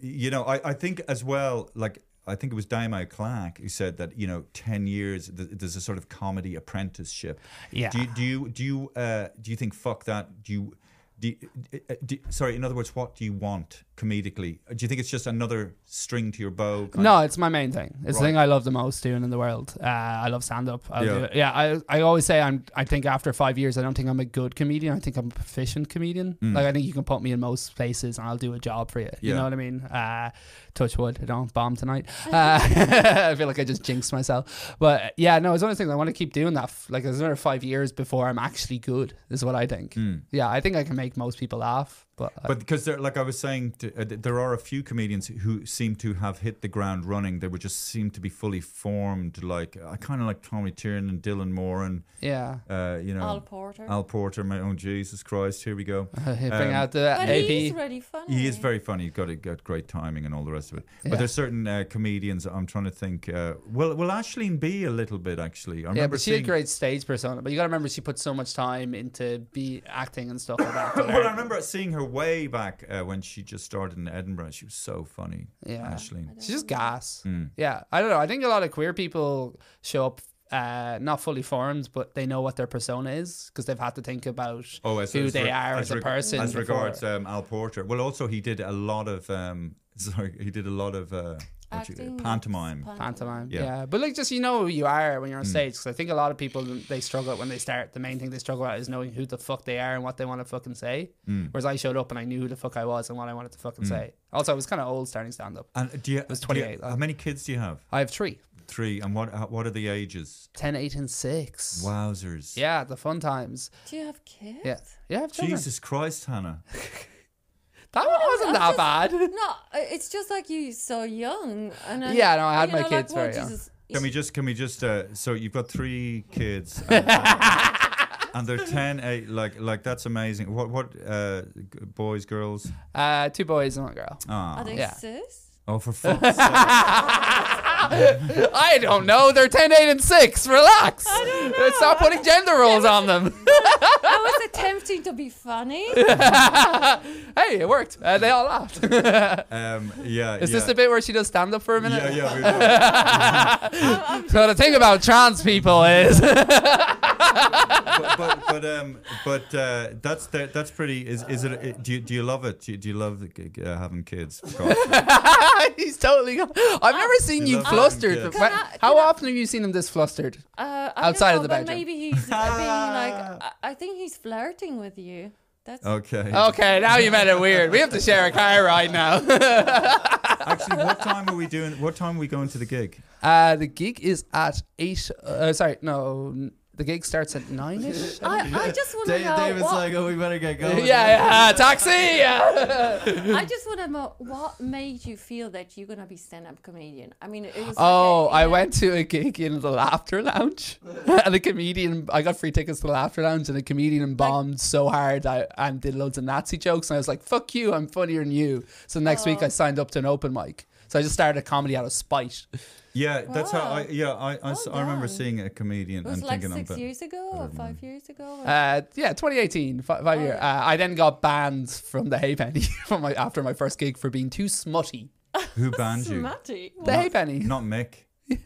C: you know, I, I think as well, like, I think it was Diamo Clark who said that, you know, 10 years, th- there's a sort of comedy apprenticeship.
A: Yeah.
C: Do you, do you, do you, uh, do you think, fuck that? Do you, do you- uh, do, sorry, in other words, what do you want comedically? Uh, Do you think it's just another string to your bow? kind
A: No,
C: of-
A: it's my main thing. It's the
C: Right.
A: thing I love the most doing in the world. Uh, I love stand up.
C: Yeah.
A: Yeah, yeah I, I always say I'm. I think after five years, I don't think I'm a good comedian. I think I'm a proficient comedian.
C: Mm.
A: Like I think you can put me in most places, and I'll do a job for you. You
C: Yeah.
A: know what I mean? Uh, touch wood. I don't
C: (laughs)
A: bomb tonight. Uh, (laughs) I feel like I just jinxed myself. But yeah, no, it's one of the things I want to keep doing that. f- Like there's another five years before I'm actually good. Is what I think.
C: Mm.
A: Yeah, I think I can make most people laugh. But, uh,
C: But because they're like I was saying, t- uh, th- there are a few comedians who seem to have hit the ground running. They would just seem to be fully formed. Like uh, I kind of like Tommy Tiernan and Dylan Moore and
A: Yeah.
C: uh, you know,
B: Al Porter.
C: Al Porter, my own Jesus Christ, here we go.
A: (laughs)
C: Um,
A: Bring out the
B: But
A: AP.
B: he's really funny.
C: He is very funny. He's got a, got great timing and all the rest of it.
A: Yeah.
C: But there's certain uh, comedians I'm trying to think. Uh, well, well, Ashleen B a little bit actually. I
A: yeah,
C: remember
A: but she
C: seeing.
A: had great stage persona. But you got to remember, she put so much time into be acting and stuff like
C: (coughs)
A: that. to
C: well, I
A: learn.
C: remember seeing her way back uh, when she just started in Edinburgh. She was so funny.
A: Yeah.
C: Ashleen.
A: She's just gas.
C: Mm.
A: Yeah, I don't know. I think a lot of queer people show up uh, not fully formed, but they know what their persona is because they've had to think about
C: Oh, as,
A: who
C: as
A: they
C: re-
A: are as, a
C: reg-
A: person.
C: As
A: before.
C: regards um, Al Porter, well, also he did a lot of um, (laughs) sorry, he did a lot of uh, what you-
B: Acting,
C: pantomime.
A: pantomime.
C: Yeah. Hmm.
A: Yeah. but like just you know who you are when you're on stage because I think a lot of people they struggle when they start. The main thing they struggle at is knowing who the fuck they are and what they want to fucking say.
C: Mm.
A: Whereas I showed up and I knew who the fuck I was and what I wanted to fucking
C: Mm.
A: say. Also, I was kind of old starting stand up.
C: And do you?
A: was
C: do you-
A: 28,
C: how many kids do you have?
A: I have three.
C: Three. And what? how- What are the ages?
A: 10, 8, and 6.
C: Wowzers!
A: Yeah, the fun times.
B: Do you have kids?
A: Yeah. Yeah, I have children.
C: Jesus Christ, Hannah.
A: That one
B: Oh,
A: wasn't that bad.
B: No, it's just like you so young. And I-
A: Yeah, no, I had
B: you
A: my
B: know,
A: kids
B: like,
A: very
B: well,
A: young.
B: Jesus,
C: Can we just? Can we just? Uh, so you've got three
B: (laughs)
C: kids. And, and they're 10, 8, like like that's amazing. What what uh, g- boys, girls?
A: Uh, two boys and one girl.
B: Are
C: Ah,
B: they
A: Yeah.
B: cis?
C: oh (laughs) for fuck's sake.
A: (laughs) I don't know. They're 10, 8, and 6. Relax. I don't know. Stop putting gender roles on them. (laughs)
B: I was attempting to be funny.
A: hey, it worked. Uh, they all laughed. (laughs) Is
C: Um, yeah.
A: this the bit uh, where she does stand up for a minute?
C: Yeah, yeah. we will.
A: So the thing about trans people is. (laughs)
C: but but but, um, but uh, that's the, that's pretty. Is is it? uh, Do you do you love it? Do you, do you love uh, having kids? God.
A: (laughs) He's totally. Gone. I've never seen
C: He
A: you
C: loves
A: flustered.
C: them, yeah.
A: before.
B: Can I-
A: How
B: can I-
A: often have you seen him this flustered?
B: Uh, I don't
A: Outside of
B: know,
A: the
B: but
A: bedroom.
B: Maybe he's being like. I, I think he's flirting with you. That's
C: okay.
A: Okay, now you made it weird. We have to share a car ride now. (laughs)
C: Actually, what time are we doing? What time are we going to the gig?
A: Uh, the gig is at eight. Uh, sorry, no. n- The gig starts at nine ish. yeah,
B: I, I just want to
E: Dave,
B: know.
E: David's
B: what,
E: like, oh, we better get going.
A: (laughs) yeah, taxi. (laughs) Yeah.
B: I just want to know what made you feel that you're gonna be stand-up comedian. I mean, it was. like a-
A: Oh,
B: in
A: I
B: a-
A: went to a gig in the Laughter Lounge, (laughs) and a comedian. I got free tickets to the Laughter Lounge, and a comedian bombed so hard I, and did loads of Nazi jokes, and I was like, "Fuck you, I'm funnier than you." So next week I signed up to an open mic. So I just started comedy out of spite.
C: Yeah, that's how. I,
B: Wow.
C: yeah, I I, s-
B: Well
C: I remember
B: done.
C: seeing a comedian
B: It was
C: and
B: like
C: thinking
B: six
C: I'm.
B: years ago or five years ago.
A: Uh, yeah, 2018, fi- five year. Uh, I then got banned from the (laughs) Haypenny from my after my first gig for being too smutty.
C: Who banned you?
B: Matty.
A: The Haypenny.
C: Not Mick.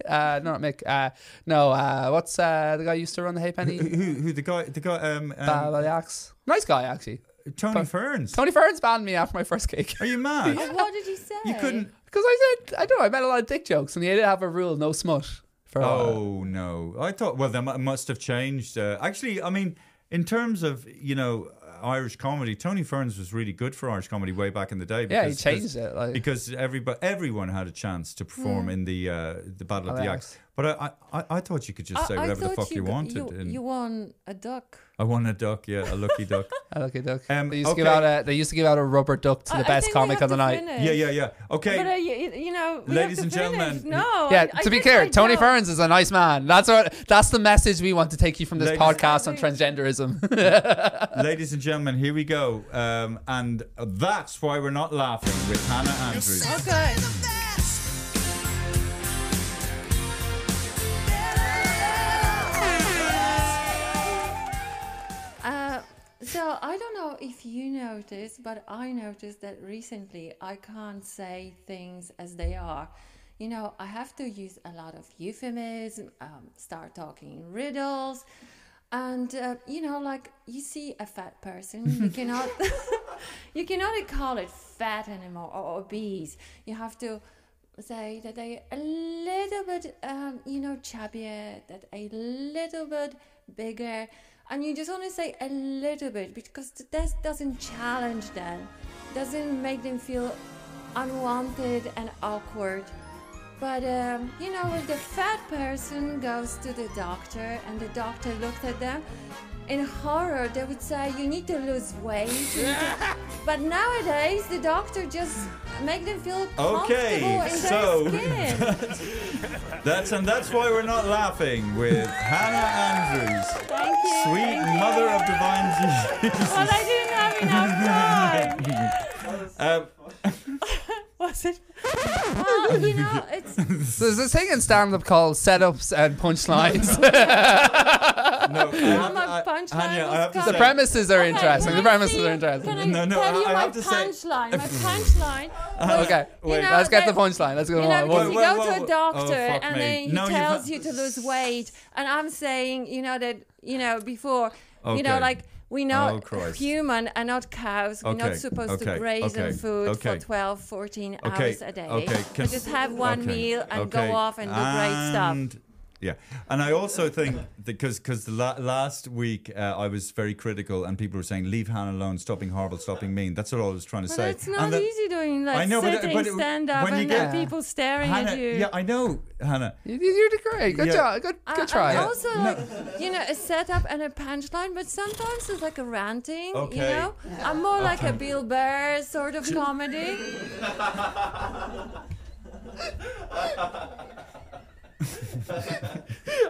A: Uh, no, not Mick. Uh, no, uh, what's uh, the guy who used to run the
C: Who,
A: Haypenny?
C: who who the guy the guy um, um,
A: Uh, by the axe. Nice guy, actually.
C: Tony Ferns.
A: Tony Ferns banned me after my first gig. (laughs)
C: Are you mad?
B: What did you say?
C: You couldn't.
A: Because I said, I don't know, I made a lot of dick jokes, and they did have a rule no smut. For uh, a while.
C: Oh no! I thought well, they mu- must have changed. Uh, actually, I mean, in terms of you know Irish comedy, Tony Ferns was really good for Irish comedy way back in the day.
A: Yeah, he
C: because,
A: changed it, like-
C: because everybody, everyone had a chance to perform in the uh, the Battle of
A: Oh,
C: the
A: yeah.
C: Axe. But I, I, I- I thought you could just say whatever the
B: thought
C: fuck you,
B: got-
C: wanted.
B: You,
C: and
B: you won a duck.
C: I won a duck, yeah, a lucky duck.
A: I look at duck.
C: Um,
A: they used to give
C: okay.
A: out a they used to give out a rubber duck to
B: I-
A: the
B: I
A: best
B: think we
A: comic
B: have
A: on the
B: to
A: night.
B: finish.
C: yeah, yeah, yeah. Okay.
B: But uh, you, you know, we
C: Ladies
B: have
C: and
B: to finish.
C: gentlemen,
B: No.
A: Yeah,
B: I- I
A: to be
B: did
A: clear,
B: my
A: Tony
B: job.
A: Ferns is a nice man. That's what that's the message we want to take you from this
C: Ladies-
A: podcast on transgenderism. (laughs)
C: Ladies and gentlemen, here we go. Um, and that's why we're not laughing with Hannah Andrews.
B: Okay. Uh, so I don't know. if you notice, but I noticed that recently I can't say things as they are. You know, I have to use a lot of euphemism, um, start talking in riddles. And uh, you know, like you see a fat person, you cannot, (laughs) you cannot call it fat anymore or obese. You have to say that they a little bit, um, you know, chubbier, that a little bit bigger, and you just want to say a little bit because the test doesn't challenge them, doesn't make them feel unwanted and awkward. But um, you know, if the fat person goes to the doctor and the doctor looked at them in horror, they would say, "You need to lose weight." you need to-" but nowadays, the doctor just make them feel
C: Okay,
B: comfortable in
C: so-
B: their skin.
C: That's and that's why we're not laughing with Hannah Andrews.
B: Thank you.
C: Sweet Mother of Divine Jesus.
B: Well, I didn't have enough time.
C: Uh,
B: Was it? Well, you know,
C: (laughs)
B: it's
A: So there's this thing in stand up called setups and
C: (laughs)
A: punchlines. (laughs)
C: no,
B: my punchline
C: Hanya, I have
B: was
C: to
B: coming.
A: the
C: say-
A: premises are
B: Okay,
A: interesting. The
B: can I
A: premises
B: see-
A: are interesting.
B: Can I
C: No, no,
B: tell
C: I-
B: you
C: I
B: my
C: have to say-
B: punchline?
C: (laughs)
B: My punchline.
A: (laughs)
B: was,
A: okay,
B: you know,
A: let's get the
B: that-
A: punchline. Let's go.
B: You know,
A: on.
B: because
C: Whoa,
B: you
C: whoa,
B: go
C: whoa,
B: to
C: whoa.
B: a doctor
C: Oh, fuck
B: and
C: me.
B: then he
C: No, you've
B: tells
C: had-
B: you to lose weight, and I'm saying, you know that, you know, before, you know,
C: Okay.
B: like we
C: Oh,
B: know
C: Christ.
B: human and not cows. We're
C: Okay,
B: not supposed
C: okay,
B: to graze
C: okay,
B: on food
C: okay.
B: for 12, 14
C: Okay,
B: hours a day.
C: okay,
B: We
C: can-
B: just have one
C: okay,
B: meal and
C: okay,
B: go off and do great stuff.
C: and- Yeah, and I also think because because la- last week uh, I was very critical and people were saying leave Hannah alone, stopping horrible, stopping mean. That's what I was trying to
B: But
C: say.
B: it's not
C: And that-
B: easy doing like
C: I know, but-
B: sitting,
C: but it-
B: stand up,
C: when you
B: and
C: get-
B: then people staring
C: Hannah,
B: at you.
C: yeah, I know, Hannah.
A: You, you did great. Good
C: Yeah.
A: job. Good,
B: Uh,
A: good try.
B: And also, like, you know, a setup and a punchline, but sometimes it's like a ranting, you
C: Okay.
B: know? I'm more like a Bill Burr sort of comedy.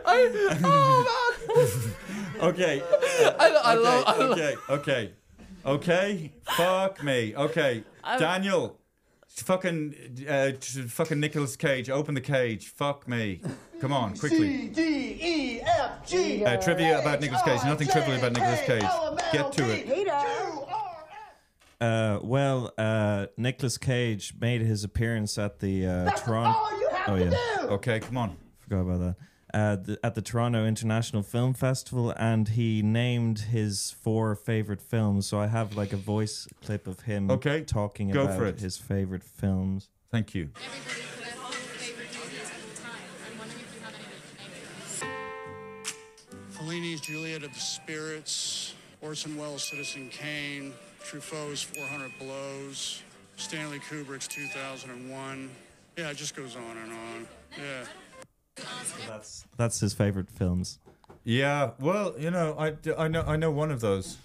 A: oh man!
C: Okay,
A: I, lo- I
C: okay,
A: love. I love
C: okay, okay, okay. Fuck me. Okay, Daniel. Fucking, uh, t- fucking Nicolas Cage. Open the cage. Fuck me. Come on, quickly.
G: D E F G.
C: Uh, trivia about Nicolas Cage. Nothing trivial about Nicolas Cage. Get to it.
D: Uh, well, uh, Nicolas Cage made his appearance at the uh, Toronto. oh yeah,
C: Okay, come on.
D: forgot about that. Uh, the, at the Toronto International Film Festival, and he named his four favorite films. So I have like a voice clip of him
E: Oh,
C: Okay,
D: talking
C: go
D: about
C: for it.
D: his favorite films.
C: Thank you.
G: Fellini's Juliet of the Spirits, Orson Welles' Citizen Kane, Truffaut's 400 Blows, Stanley Kubrick's 2001. Yeah, it just goes on and on. Yeah.
D: That's that's his favorite films.
C: Yeah. Well, you know, I, I know I know one of those.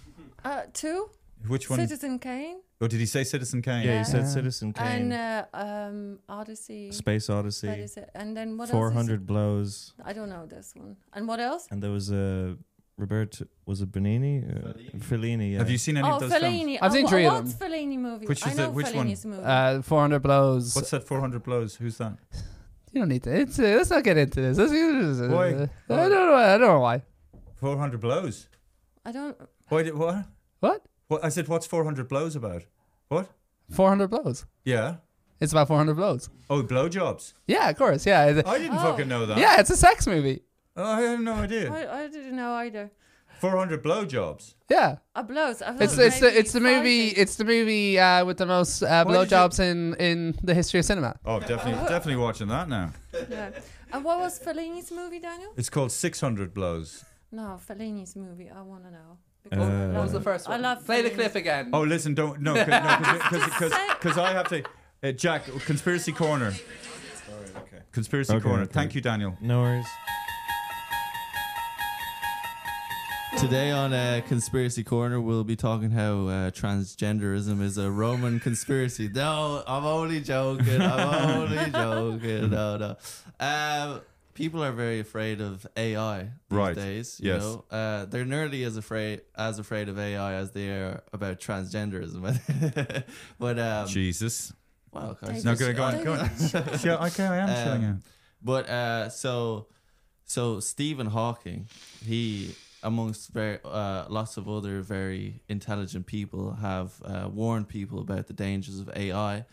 B: Uh, two?
C: Which one?
B: Citizen Kane
C: Or did he say Citizen Kane?
D: Yeah, he said Citizen Kane,
B: and uh, um, Odyssey.
D: Space Odyssey,
B: What is it? And then what
D: Four
B: else? is
D: Hundred Blows,
B: it? I don't know this one. And what else?
D: and there was a Roberto was it Benini? Uh, Fellini. yeah.
C: Have you seen any
B: Oh,
C: of those films?
B: Fellini.
A: I've
B: Oh,
A: seen
B: wha-
A: three of
B: What's Fellini movie?
C: Which
B: I
C: is it?
B: know
C: Which one?
B: Fellini's movie.
A: Uh, 400 blows.
C: What's that? Four hundred blows. Who's that?
A: you don't need to. It's, uh, let's not get into this. Let's,
C: Why?
A: I don't know. I don't know why.
C: Four hundred blows.
B: I don't.
C: Why? Did, what?
A: What?
C: What? I said, what's four hundred blows about? What?
A: 400 blows.
C: Yeah.
A: It's about 400 blows.
C: Oh, blowjobs.
A: Yeah, of course. Yeah. It's-
C: I didn't
B: Oh.
C: fucking know that.
A: Yeah, it's a sex movie.
C: Oh, I had no idea.
B: I, I didn't know either.
C: Four hundred blowjobs.
A: Yeah.
B: A blows. I
A: It's
B: thought
A: it's the it's the
B: Oh, maybe
A: movie
B: fighting.
A: it's the movie uh, with the most uh,
C: Why did you-
A: blowjobs in in the history of cinema.
C: Oh, definitely,
B: (laughs)
C: definitely watching that now.
B: Yeah. And what was Fellini's movie, Daniel?
C: It's called Six Hundred Blows.
B: No, Fellini's movie. I want to know.
D: Uh, What was the
A: first
B: I one? love Play the clip
A: again.
C: Oh, listen, don't no, because I have to. Uh, Jack, conspiracy corner.
D: okay.
C: Conspiracy
D: Okay,
C: corner.
D: okay.
C: Thank you, Daniel.
D: No worries.
E: Today on uh, Conspiracy Corner, we'll be talking how uh, transgenderism is a Roman conspiracy. No, I'm only joking. I'm only joking. No, no. Um, people are very afraid of AI these
C: Right.
E: days. You
C: Yes.
E: Know? Uh, they're nearly as afraid as afraid of AI as they are about transgenderism. (laughs) but um,
C: Jesus.
E: well,
B: Take
C: No,
B: Just-
C: go on, go on.
E: (laughs)
C: Go on. Sure, okay, I am
E: um,
C: showing you.
E: But uh, so so Stephen Hawking, he amongst ver- uh, lots of other very intelligent people, have uh, warned people about the dangers of AI.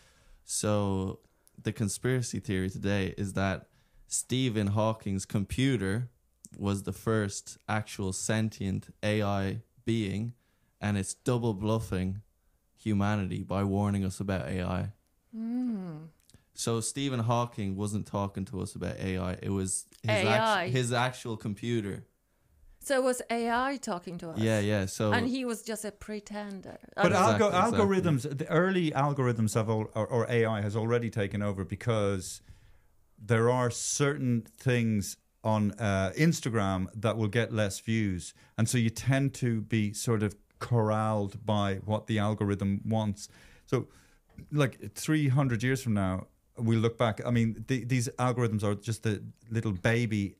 E: So the conspiracy theory today is that Stephen Hawking's computer was the first actual sentient AI being, and it's double bluffing humanity by warning us about AI.
B: Mm.
E: So Stephen Hawking wasn't talking to us about AI. It was his, act-
B: AI.
E: his actual computer.
B: So it was AI talking to us.
E: Yeah, yeah, so-
B: and he was just a pretender. Um,
C: But
B: I mean-
C: algo- algorithms, the early algorithms have all, or, or AI has already taken over because there are certain things on uh, Instagram that will get less views, and so you tend to be sort of corralled by what the algorithm wants. So, like three hundred years from now, we look back. I mean, the, these algorithms are just the little baby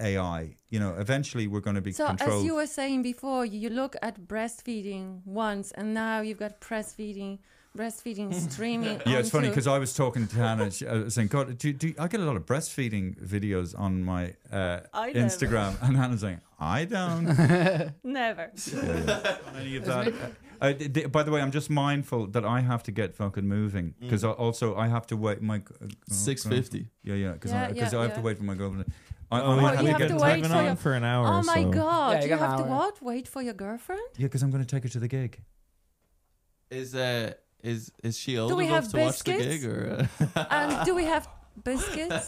C: AI. You know, eventually we're going to be
B: so
C: controlled.
B: as you were saying before, you look at breastfeeding once, and now you've got breastfeeding,
D: (laughs)
B: breastfeeding streaming.
C: Yeah, it's funny
B: onto-
C: because I was talking to Hannah she- I was saying, God, do, do, I get a lot of breastfeeding videos on my uh,
B: I never.
C: Instagram. And Hannah's saying, I (laughs) don't. Yeah,
B: never.
C: yeah. On any of that. Uh, d- d- by the way, I'm just mindful that I have to get fucking moving because
E: Mm.
C: also I have to wait. My oh,
E: 6:50.
C: Yeah, yeah, because
B: Yeah,
C: I, 'cause
B: yeah,
C: I have to
B: yeah.
C: wait for my girlfriend. I,
D: Oh,
C: I
D: you
C: might have
D: have
C: to
D: to
C: get
D: wait Typing for on your- for an hour
B: Oh
D: or
B: my
D: so.
B: god!
D: Yeah, you
B: you
D: got an
B: have to
D: hour.
B: what? Wait for your girlfriend?
C: Yeah, because I'm going to take her to the gig.
E: Is uh is is she old
B: Do we
E: enough
B: have
E: to watch the
B: biscuits?
E: gig or? (laughs)
B: And do we have biscuits?